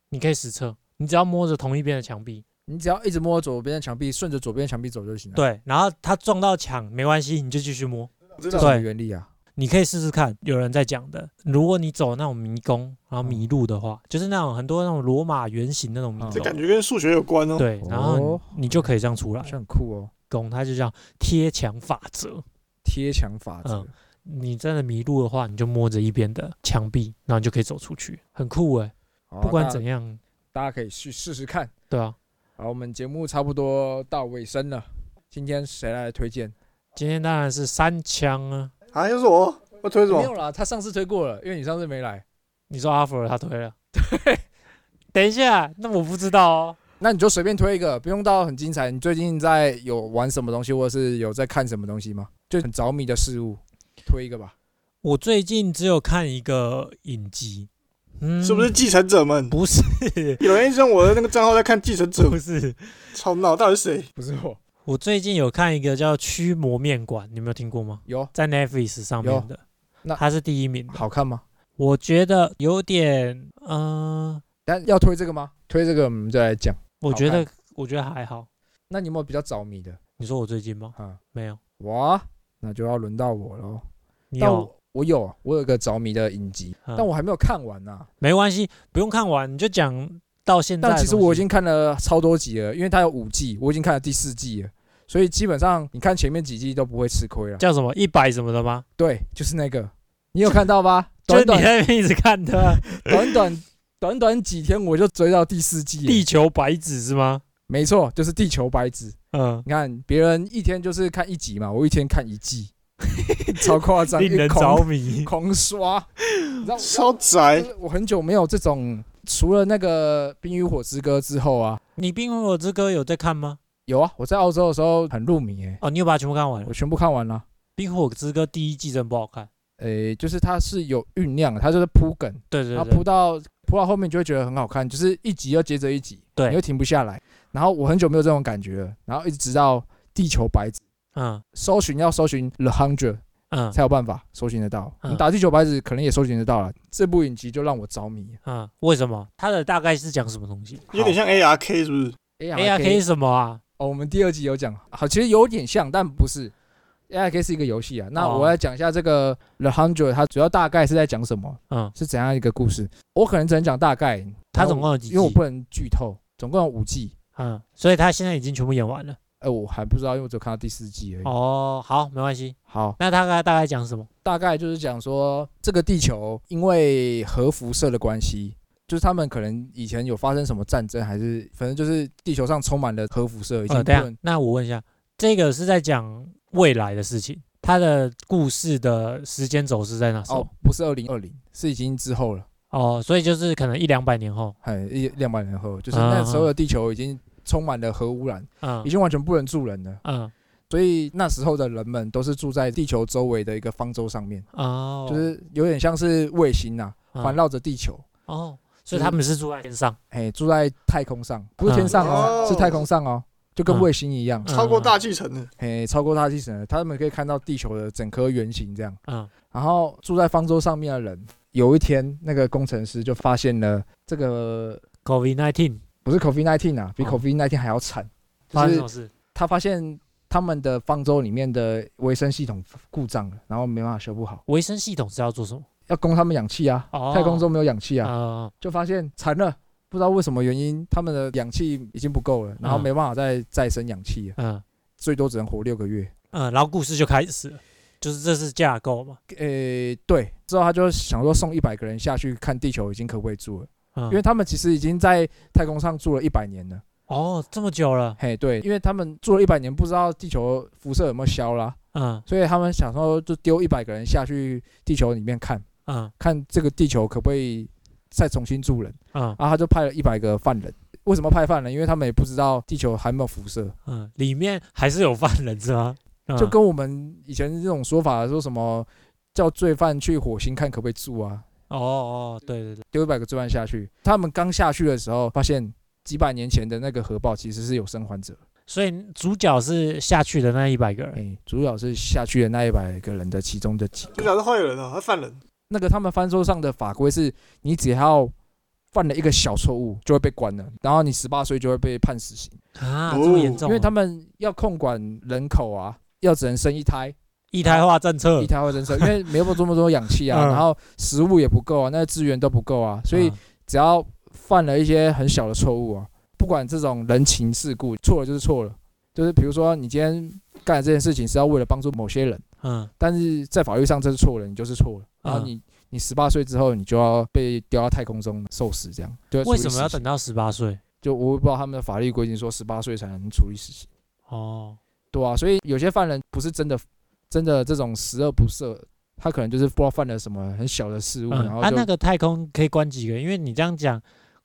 [SPEAKER 2] 你可以实测，你只要摸着同一边的墙壁，
[SPEAKER 1] 你只要一直摸左边的墙壁，顺着左边的墙壁走就行了。，
[SPEAKER 2] 对，然后它撞到墙没关系，你就继续摸，
[SPEAKER 3] 知
[SPEAKER 1] 这
[SPEAKER 3] 道
[SPEAKER 1] 是什么
[SPEAKER 2] 对
[SPEAKER 1] 原理啊？
[SPEAKER 2] 你可以试试看，有人在讲的。如果你走那种迷宫，然后迷路的话，就是那种很多那种罗马圆形那种迷
[SPEAKER 1] 嗯
[SPEAKER 3] 这
[SPEAKER 2] 宫，
[SPEAKER 3] 感觉跟数学有关哦。
[SPEAKER 2] 对，然后
[SPEAKER 1] 哦
[SPEAKER 2] 你你就可以这样出来
[SPEAKER 1] 好。像很酷哦，
[SPEAKER 2] 宫它就叫贴墙法则。
[SPEAKER 1] 贴墙法则
[SPEAKER 2] 嗯。你真的迷路的话，你就摸着一边的墙壁，然后你就可以走出去，很酷哎、
[SPEAKER 1] 好
[SPEAKER 3] 哦
[SPEAKER 1] 啊
[SPEAKER 2] 不管
[SPEAKER 1] 那
[SPEAKER 2] 怎样，
[SPEAKER 1] 大家可以去试试看。
[SPEAKER 2] 对啊。
[SPEAKER 1] 好，我们节目差不多到尾声了，今天谁来推荐？
[SPEAKER 2] 今天当然是三枪啊！
[SPEAKER 3] 啊，又是我，我推什
[SPEAKER 1] 没
[SPEAKER 3] 么
[SPEAKER 1] 有？啦，他上次推过了，因为你上次没来，
[SPEAKER 2] 你说阿佛他推了， 等一下，那我不知道哦。
[SPEAKER 1] 那你就随便推一个，不用到很精彩。你最近在有玩什么东西，或者是有在看什么东西吗？就很着迷的事物，推一个吧。
[SPEAKER 2] 我最近只有看一个影集，嗯，
[SPEAKER 3] 是不是？继承者们？
[SPEAKER 2] 不是，
[SPEAKER 3] 有人一直用我的那个账号在看继承者
[SPEAKER 2] 不，是。
[SPEAKER 3] 超闹，到底是谁？
[SPEAKER 1] 不是我，
[SPEAKER 2] 我最近有看一个叫《驱魔面馆》，你有没有听过吗？
[SPEAKER 1] 有
[SPEAKER 2] 在 Netflix 上面的，
[SPEAKER 1] 那
[SPEAKER 2] 它是第一名的。
[SPEAKER 1] 好看吗？
[SPEAKER 2] 我觉得有点，嗯、
[SPEAKER 1] 但要推这个吗？推这个我们再来讲。
[SPEAKER 2] 我觉得我觉得还好。
[SPEAKER 1] 那你有没有比较着迷的
[SPEAKER 2] 你说我最近吗？
[SPEAKER 1] 啊？
[SPEAKER 2] 没有，
[SPEAKER 1] 哇，那就要轮到我喽。
[SPEAKER 2] 你
[SPEAKER 1] 但
[SPEAKER 2] 有，
[SPEAKER 1] 我我有，啊我有个着迷的影集，
[SPEAKER 2] 嗯
[SPEAKER 1] 但我还没有看完呢、
[SPEAKER 2] 没关系，不用看完，你就讲到现在的
[SPEAKER 1] 但
[SPEAKER 2] 东西。
[SPEAKER 1] 其实我已经看了超多集了，因为它有五季，我已经看了第四季了，所以基本上你看前面几季都不会吃亏了。
[SPEAKER 2] 叫什么一百什么的吗？
[SPEAKER 1] 对，就是那个，你有看到吧？
[SPEAKER 2] 就是
[SPEAKER 1] 短短
[SPEAKER 2] 你在那边一直看的啊
[SPEAKER 1] 短短短短几天，我就追到第四季
[SPEAKER 2] 地
[SPEAKER 1] 了。
[SPEAKER 2] 球白纸是吗？
[SPEAKER 1] 没错，就是地球白纸。
[SPEAKER 2] 嗯，
[SPEAKER 1] 你看别人一天就是看一集嘛，我一天看一 季，超夸张，
[SPEAKER 2] 令人
[SPEAKER 1] 狂
[SPEAKER 2] 着迷。哎
[SPEAKER 1] 狂刷。你知道
[SPEAKER 3] 超宅
[SPEAKER 1] 就，是我很久没有这种，除了那个《冰与火之歌》之后啊，
[SPEAKER 2] 你《冰与火之歌》有在看吗？
[SPEAKER 1] 有啊，我在澳洲的时候很入迷诶、
[SPEAKER 2] 哦，你有把它全部看完了。
[SPEAKER 1] 我
[SPEAKER 2] 《
[SPEAKER 1] 全部看完了。
[SPEAKER 2] 冰与火之歌》第一季真的不好看。
[SPEAKER 1] 诶、就是它是有酝酿的，它就是铺梗，
[SPEAKER 2] 对对
[SPEAKER 1] 然后
[SPEAKER 2] 对
[SPEAKER 1] 铺，到铺到后面就会觉得很好看，就是一集要接着一集，
[SPEAKER 2] 对
[SPEAKER 1] 你又停不下来。然后我很久没有这种感觉了，然后一直直到地球白纸，
[SPEAKER 2] 嗯
[SPEAKER 1] 搜寻要搜寻 The Hundred，
[SPEAKER 2] 嗯
[SPEAKER 1] 才有办法搜寻得到。
[SPEAKER 2] 嗯
[SPEAKER 1] 你打地球白纸可能也搜寻得到了。这部影集就让我着迷。
[SPEAKER 2] 嗯，为什么？它的大概是讲什么东西
[SPEAKER 3] 有点像 ARK 是不是？
[SPEAKER 2] ？A R K 是什么啊？
[SPEAKER 1] 哦，我们第二集有讲，好，其实有点像，但不是。A I K 是一个游戏啊，那
[SPEAKER 2] 哦
[SPEAKER 1] 我来讲一下这个 The Hundred，它主要大概是在讲什么，
[SPEAKER 2] 嗯，
[SPEAKER 1] 是怎样一个故事。我可能只能讲大概，
[SPEAKER 2] 它总共有几
[SPEAKER 1] 因
[SPEAKER 2] 季
[SPEAKER 1] 为我？不能剧透，总共有五季，
[SPEAKER 2] 嗯，所以它现在已经全部演完了。
[SPEAKER 1] 哎，我还不知道，因为我只有看到第四季而已。
[SPEAKER 2] 哦，好，没关系。
[SPEAKER 1] 好，
[SPEAKER 2] 那大概大概讲什么？
[SPEAKER 1] 大概就是讲说，这个地球因为核辐射的关系，就是他们可能以前有发生什么战争，还是反正就是地球上充满了核辐射，已经
[SPEAKER 2] 呃，
[SPEAKER 1] 不
[SPEAKER 2] 等一
[SPEAKER 1] 能
[SPEAKER 2] 下，那我问一下，这个是在讲未来的事情，它的故事的时间轴是在哪时候
[SPEAKER 1] 哦？，不是二零二零，是已经之后了，
[SPEAKER 2] 哦，所以就是可能一两百年后，
[SPEAKER 1] 还一两百年后，就是
[SPEAKER 2] 嗯
[SPEAKER 1] 那时候的地球已经充满了核污染，
[SPEAKER 2] 嗯
[SPEAKER 1] 已经完全不能住人了，
[SPEAKER 2] 嗯
[SPEAKER 1] 所以那时候的人们都是住在地球周围的一个方舟上面，
[SPEAKER 2] 哦，
[SPEAKER 1] 就是有点像是卫星啊，
[SPEAKER 2] 嗯
[SPEAKER 1] 环绕着地球。
[SPEAKER 2] 哦，所以他们是住在天上，
[SPEAKER 1] 哎，住在太空上，不是天上哦，
[SPEAKER 3] 嗯
[SPEAKER 1] 是太空上哦，就跟
[SPEAKER 2] 嗯
[SPEAKER 1] 卫星一样，
[SPEAKER 2] 嗯
[SPEAKER 3] 超过大气层的，
[SPEAKER 1] 哎，超过大气层了，他们可以看到地球的整颗原型这样。
[SPEAKER 2] 嗯
[SPEAKER 1] 然后住在方舟上面的人，有一天那个工程师就发现了这个
[SPEAKER 2] ，COVID nineteen
[SPEAKER 1] 不是 COVID-19 啊，比
[SPEAKER 2] 哦
[SPEAKER 1] COVID-19 还要惨，
[SPEAKER 2] 发
[SPEAKER 1] 就
[SPEAKER 2] 生
[SPEAKER 1] 是
[SPEAKER 2] 什么事？
[SPEAKER 1] 他发现他们的方舟里面的维生系统故障了，然后没办法修不好，
[SPEAKER 2] 维生系统是要做什么？
[SPEAKER 1] 要供他们氧气啊
[SPEAKER 2] 哦，
[SPEAKER 1] 太空中没有氧气啊，
[SPEAKER 2] 啊，
[SPEAKER 1] 就发现惨了。不知道为什么原因，他们的氧气已经不够了，然后
[SPEAKER 2] 嗯
[SPEAKER 1] 没办法再再生氧气了。
[SPEAKER 2] 嗯
[SPEAKER 1] 最多只能活六个月。
[SPEAKER 2] 嗯，然后故事就开始了，就是这是架构嘛，
[SPEAKER 1] 诶、对，之后他就想说送一百个人下去看地球已经可不可以住了，
[SPEAKER 2] 嗯，
[SPEAKER 1] 因为他们其实已经在太空上住了一百年了。
[SPEAKER 2] 哦这么久了，
[SPEAKER 1] 嘿，对，因为他们住了一百年，不知道地球辐射有没有消啦，
[SPEAKER 2] 嗯
[SPEAKER 1] 所以他们想说就丢一百个人下去地球里面看
[SPEAKER 2] 嗯
[SPEAKER 1] 看这个地球可不可以再重新住人。啊
[SPEAKER 2] 嗯
[SPEAKER 1] 然后他就派了一百个犯人。为什么派犯人？因为他们也不知道地球还有没有辐射，
[SPEAKER 2] 嗯，里面还是有犯人是吗？嗯
[SPEAKER 1] 就跟我们以前这种说法说什么叫罪犯去火星看可不可以住啊，
[SPEAKER 2] 哦哦，对对对，
[SPEAKER 1] 丢一百个罪犯下去。他们刚下去的时候，发现几百年前的那个核爆其实是有生还者。
[SPEAKER 2] 所以主角是下去的那一百个
[SPEAKER 1] 哎、
[SPEAKER 2] 人，
[SPEAKER 1] 主角是下去的那一百个人的其中的几
[SPEAKER 3] 主
[SPEAKER 1] 个。
[SPEAKER 3] 角是坏人啊，他犯人。
[SPEAKER 1] 那个他们翻桌上的法规是，你只要犯了一个小错误就会被关了，然后你十八岁就会被判死刑，
[SPEAKER 2] 啊，这么严
[SPEAKER 3] 哦
[SPEAKER 2] 重
[SPEAKER 1] 嗯
[SPEAKER 2] 啊，
[SPEAKER 1] 因为他们要控管人口啊。要只能生一胎，
[SPEAKER 2] 一胎化政策
[SPEAKER 1] 一，胎或人生，因为没有这么多氧气啊，
[SPEAKER 2] 嗯
[SPEAKER 1] 然后食物也不够啊，那些资源都不够啊，所以
[SPEAKER 2] 嗯
[SPEAKER 1] 只要犯了一些很小的错误啊，不管这种人情世故，错了就是错了。就是比如说，你今天干的这件事情是要为了帮助某些人，
[SPEAKER 2] 嗯
[SPEAKER 1] 但是在法律上这是错了，你就是错了。
[SPEAKER 2] 嗯
[SPEAKER 1] 然后你你十八岁之后，你就要被丢到太空中受死，这样。就
[SPEAKER 2] 嗯为什么要
[SPEAKER 1] 处理死
[SPEAKER 2] 等
[SPEAKER 1] 刑？
[SPEAKER 2] 到十八岁？
[SPEAKER 1] 就我也不知道他们的法律规定说十八岁才能处理死刑，
[SPEAKER 2] 哦，
[SPEAKER 1] 对啊，所以有些犯人不是真的真的这种十恶不赦，他可能就是不知道犯了什么很小的事物，
[SPEAKER 2] 嗯
[SPEAKER 1] 然后
[SPEAKER 2] 啊，
[SPEAKER 1] 就
[SPEAKER 2] 那个太空可以关几个？因为你这样讲，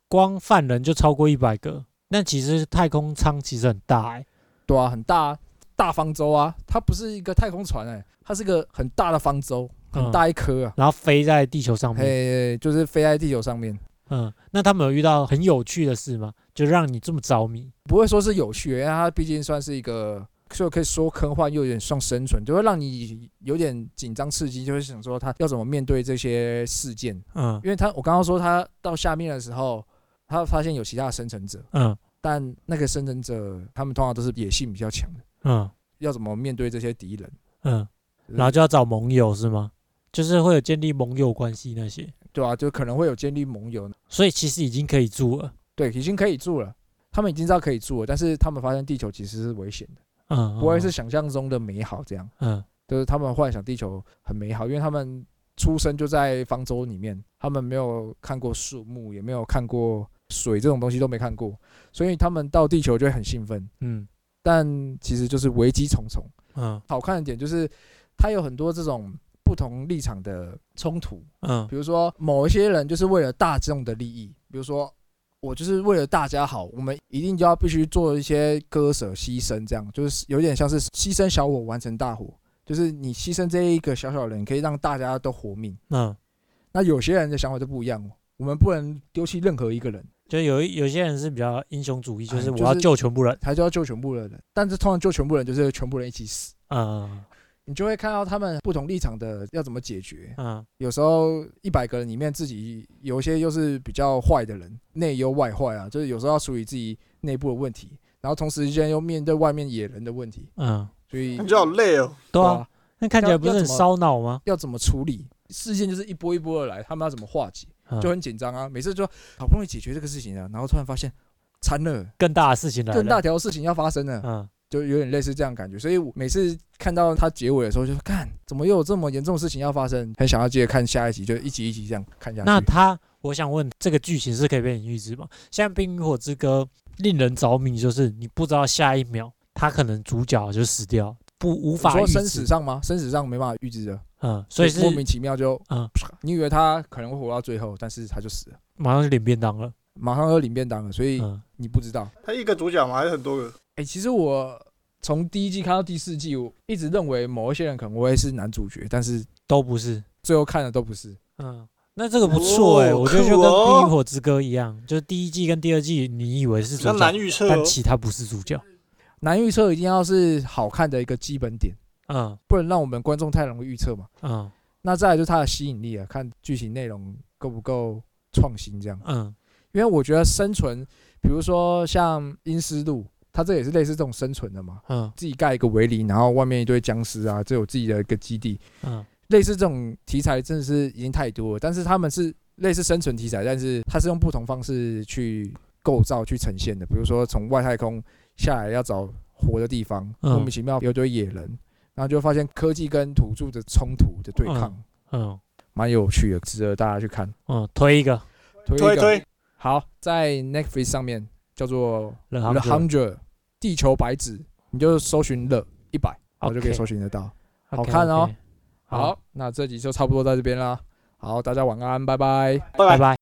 [SPEAKER 2] 光犯人就超过一百个，那其实太空舱其实很大哎、
[SPEAKER 1] 对啊，很大啊大方舟啊，它不是一个太空船哎、它是个很大的方舟，
[SPEAKER 2] 嗯
[SPEAKER 1] 很大一颗啊，
[SPEAKER 2] 然后飞在地球上面。
[SPEAKER 1] 嘿，就是飞在地球上面，
[SPEAKER 2] 嗯，那他们有遇到很有趣的事吗？就让你这么着迷？
[SPEAKER 1] 不会说是有趣，因为它毕竟算是一个，就可以说科幻又有点像生存，就会让你有点紧张刺激，就会想说它要怎么面对这些事件，
[SPEAKER 2] 嗯
[SPEAKER 1] 因为它我刚刚说它到下面的时候，它发现有其他的生存者，
[SPEAKER 2] 嗯
[SPEAKER 1] 但那个生存者他们通常都是野性比较强的，
[SPEAKER 2] 嗯
[SPEAKER 1] 要怎么面对这些敌人？
[SPEAKER 2] 嗯，然后就要找盟友是吗？就是会有建立盟友关系那些，
[SPEAKER 1] 对啊，就可能会有建立盟友，
[SPEAKER 2] 所以其实已经可以住了。
[SPEAKER 1] 对，已经可以住了。他们已经知道可以住了，但是他们发现地球其实是危险的，
[SPEAKER 2] 嗯，
[SPEAKER 1] 不会
[SPEAKER 2] 嗯
[SPEAKER 1] 是想象中的美好这样。
[SPEAKER 2] 嗯
[SPEAKER 1] 就是他们幻想地球很美好，因为他们出生就在方舟里面，他们没有看过树木，也没有看过水这种东西都没看过，所以他们到地球就会很兴奋。
[SPEAKER 2] 嗯
[SPEAKER 1] 但其实就是危机重重。
[SPEAKER 2] 嗯
[SPEAKER 1] 好看的点就是它有很多这种不同立场的冲突，
[SPEAKER 2] 嗯
[SPEAKER 1] 比如说某一些人就是为了大众的利益，比如说我就是为了大家好，我们一定就要必须做一些割舍、牺牲，这样就是有点像是牺牲小我完成大我，就是你牺牲这一个小小人，可以让大家都活命。
[SPEAKER 2] 嗯，
[SPEAKER 1] 那有些人的想法就不一样哦，我们不能丢弃任何一个人，
[SPEAKER 2] 就有一有些人是比较英雄主义，就
[SPEAKER 1] 哎
[SPEAKER 2] 是我
[SPEAKER 1] 就
[SPEAKER 2] 要
[SPEAKER 1] 是
[SPEAKER 2] 救全部人。
[SPEAKER 1] 才就要救全部的人。但是通常救全部人就是全部人一起死。
[SPEAKER 2] 嗯
[SPEAKER 1] 你就会看到他们不同立场的要怎么解决。
[SPEAKER 2] 嗯
[SPEAKER 1] 有时候一百个人里面，自己有一些又是比较坏的人，内忧外患啊，就是有时候要处理自己内部的问题，然后同时间又面对外面野人的问题，
[SPEAKER 2] 嗯，
[SPEAKER 1] 所以
[SPEAKER 3] 感觉好累哦。
[SPEAKER 2] 对啊，
[SPEAKER 1] 啊，
[SPEAKER 2] 那看起来不是
[SPEAKER 1] 要
[SPEAKER 2] 很
[SPEAKER 1] 要怎么
[SPEAKER 2] 烧脑吗？
[SPEAKER 1] 要怎么处理事件就是一波一波的来，他们要怎么化解，
[SPEAKER 2] 嗯
[SPEAKER 1] 就很紧张啊。每次就好不容易解决这个事情了，然后突然发现惨了，
[SPEAKER 2] 更大的事情来了，
[SPEAKER 1] 更大条事情要发生了，
[SPEAKER 2] 嗯
[SPEAKER 1] 就有点类似这样的感觉。所以我每次看到它结尾的时候，就说看怎么又有这么严重的事情要发生，很想要接着看下一集，就一集一集这样看下去。
[SPEAKER 2] 那他，我想问，这个剧情是可以被你预知吗？像《冰与火之歌》，令人着迷，就是你不知道下一秒他可能主角就死掉，不无
[SPEAKER 1] 你
[SPEAKER 2] 法预
[SPEAKER 1] 说生死
[SPEAKER 2] 知。
[SPEAKER 1] 上吗？生死上没办法预知的，
[SPEAKER 2] 嗯，所以是
[SPEAKER 1] 莫名其妙就，
[SPEAKER 2] 嗯
[SPEAKER 1] 你以为他可能会活到最后，但是他就死了，
[SPEAKER 2] 马上就领便当了。
[SPEAKER 1] 马上就领便当了，所以
[SPEAKER 2] 嗯
[SPEAKER 1] 你不知道。
[SPEAKER 3] 他一个主角嘛，还是很多个？
[SPEAKER 1] 哎、其实我从第一季看到第四季，我一直认为某一些人可能会是男主角，但是
[SPEAKER 2] 都不是。
[SPEAKER 1] 最后看的都不是。
[SPEAKER 2] 嗯，那这个不错哎、
[SPEAKER 3] 哦
[SPEAKER 2] 我觉得就
[SPEAKER 3] 酷
[SPEAKER 2] 跟
[SPEAKER 3] 哦
[SPEAKER 2] 《冰与火之歌》一样，就是第一季跟第二季你以为是
[SPEAKER 3] 比
[SPEAKER 2] 主
[SPEAKER 3] 较难
[SPEAKER 2] 角，
[SPEAKER 3] 预测哦
[SPEAKER 2] 但。其他不是主角。
[SPEAKER 1] 难预测一定要是好看的一个基本点，
[SPEAKER 2] 嗯
[SPEAKER 1] 不能让我们观众太容易预测嘛。
[SPEAKER 2] 嗯
[SPEAKER 1] 那再来就是它的吸引力啊，看剧情内容够不够创新这样。
[SPEAKER 2] 嗯
[SPEAKER 1] 因为我觉得生存，比如说像《阴尸路》，它这也是类似这种生存的嘛，
[SPEAKER 2] 嗯
[SPEAKER 1] 自己盖一个围篱，然后外面一堆僵尸啊，这有自己的一个基地，
[SPEAKER 2] 嗯
[SPEAKER 1] 类似这种题材真的是已经太多了。但是他们是类似生存题材，但是它是用不同方式去构造、去呈现的。比如说从外太空下来要找活的地方，
[SPEAKER 2] 嗯
[SPEAKER 1] 莫名其妙有一堆野人，然后就发现科技跟土著的冲突的对抗，
[SPEAKER 2] 嗯
[SPEAKER 1] 蛮有趣的，值得大家去看。
[SPEAKER 2] 嗯，推一个
[SPEAKER 1] 推一
[SPEAKER 3] 推
[SPEAKER 1] 个
[SPEAKER 3] 推，
[SPEAKER 1] 好，在 Netflix 上面叫做
[SPEAKER 2] 然
[SPEAKER 1] The
[SPEAKER 2] 后
[SPEAKER 1] Hundred 地球白纸，你就搜寻 The 一百，然后就可以
[SPEAKER 2] OK
[SPEAKER 1] 搜寻得到。好看哦。好，那这集就差不多在这边啦。好，大家晚安，拜拜。
[SPEAKER 3] 拜拜
[SPEAKER 2] 拜。拜。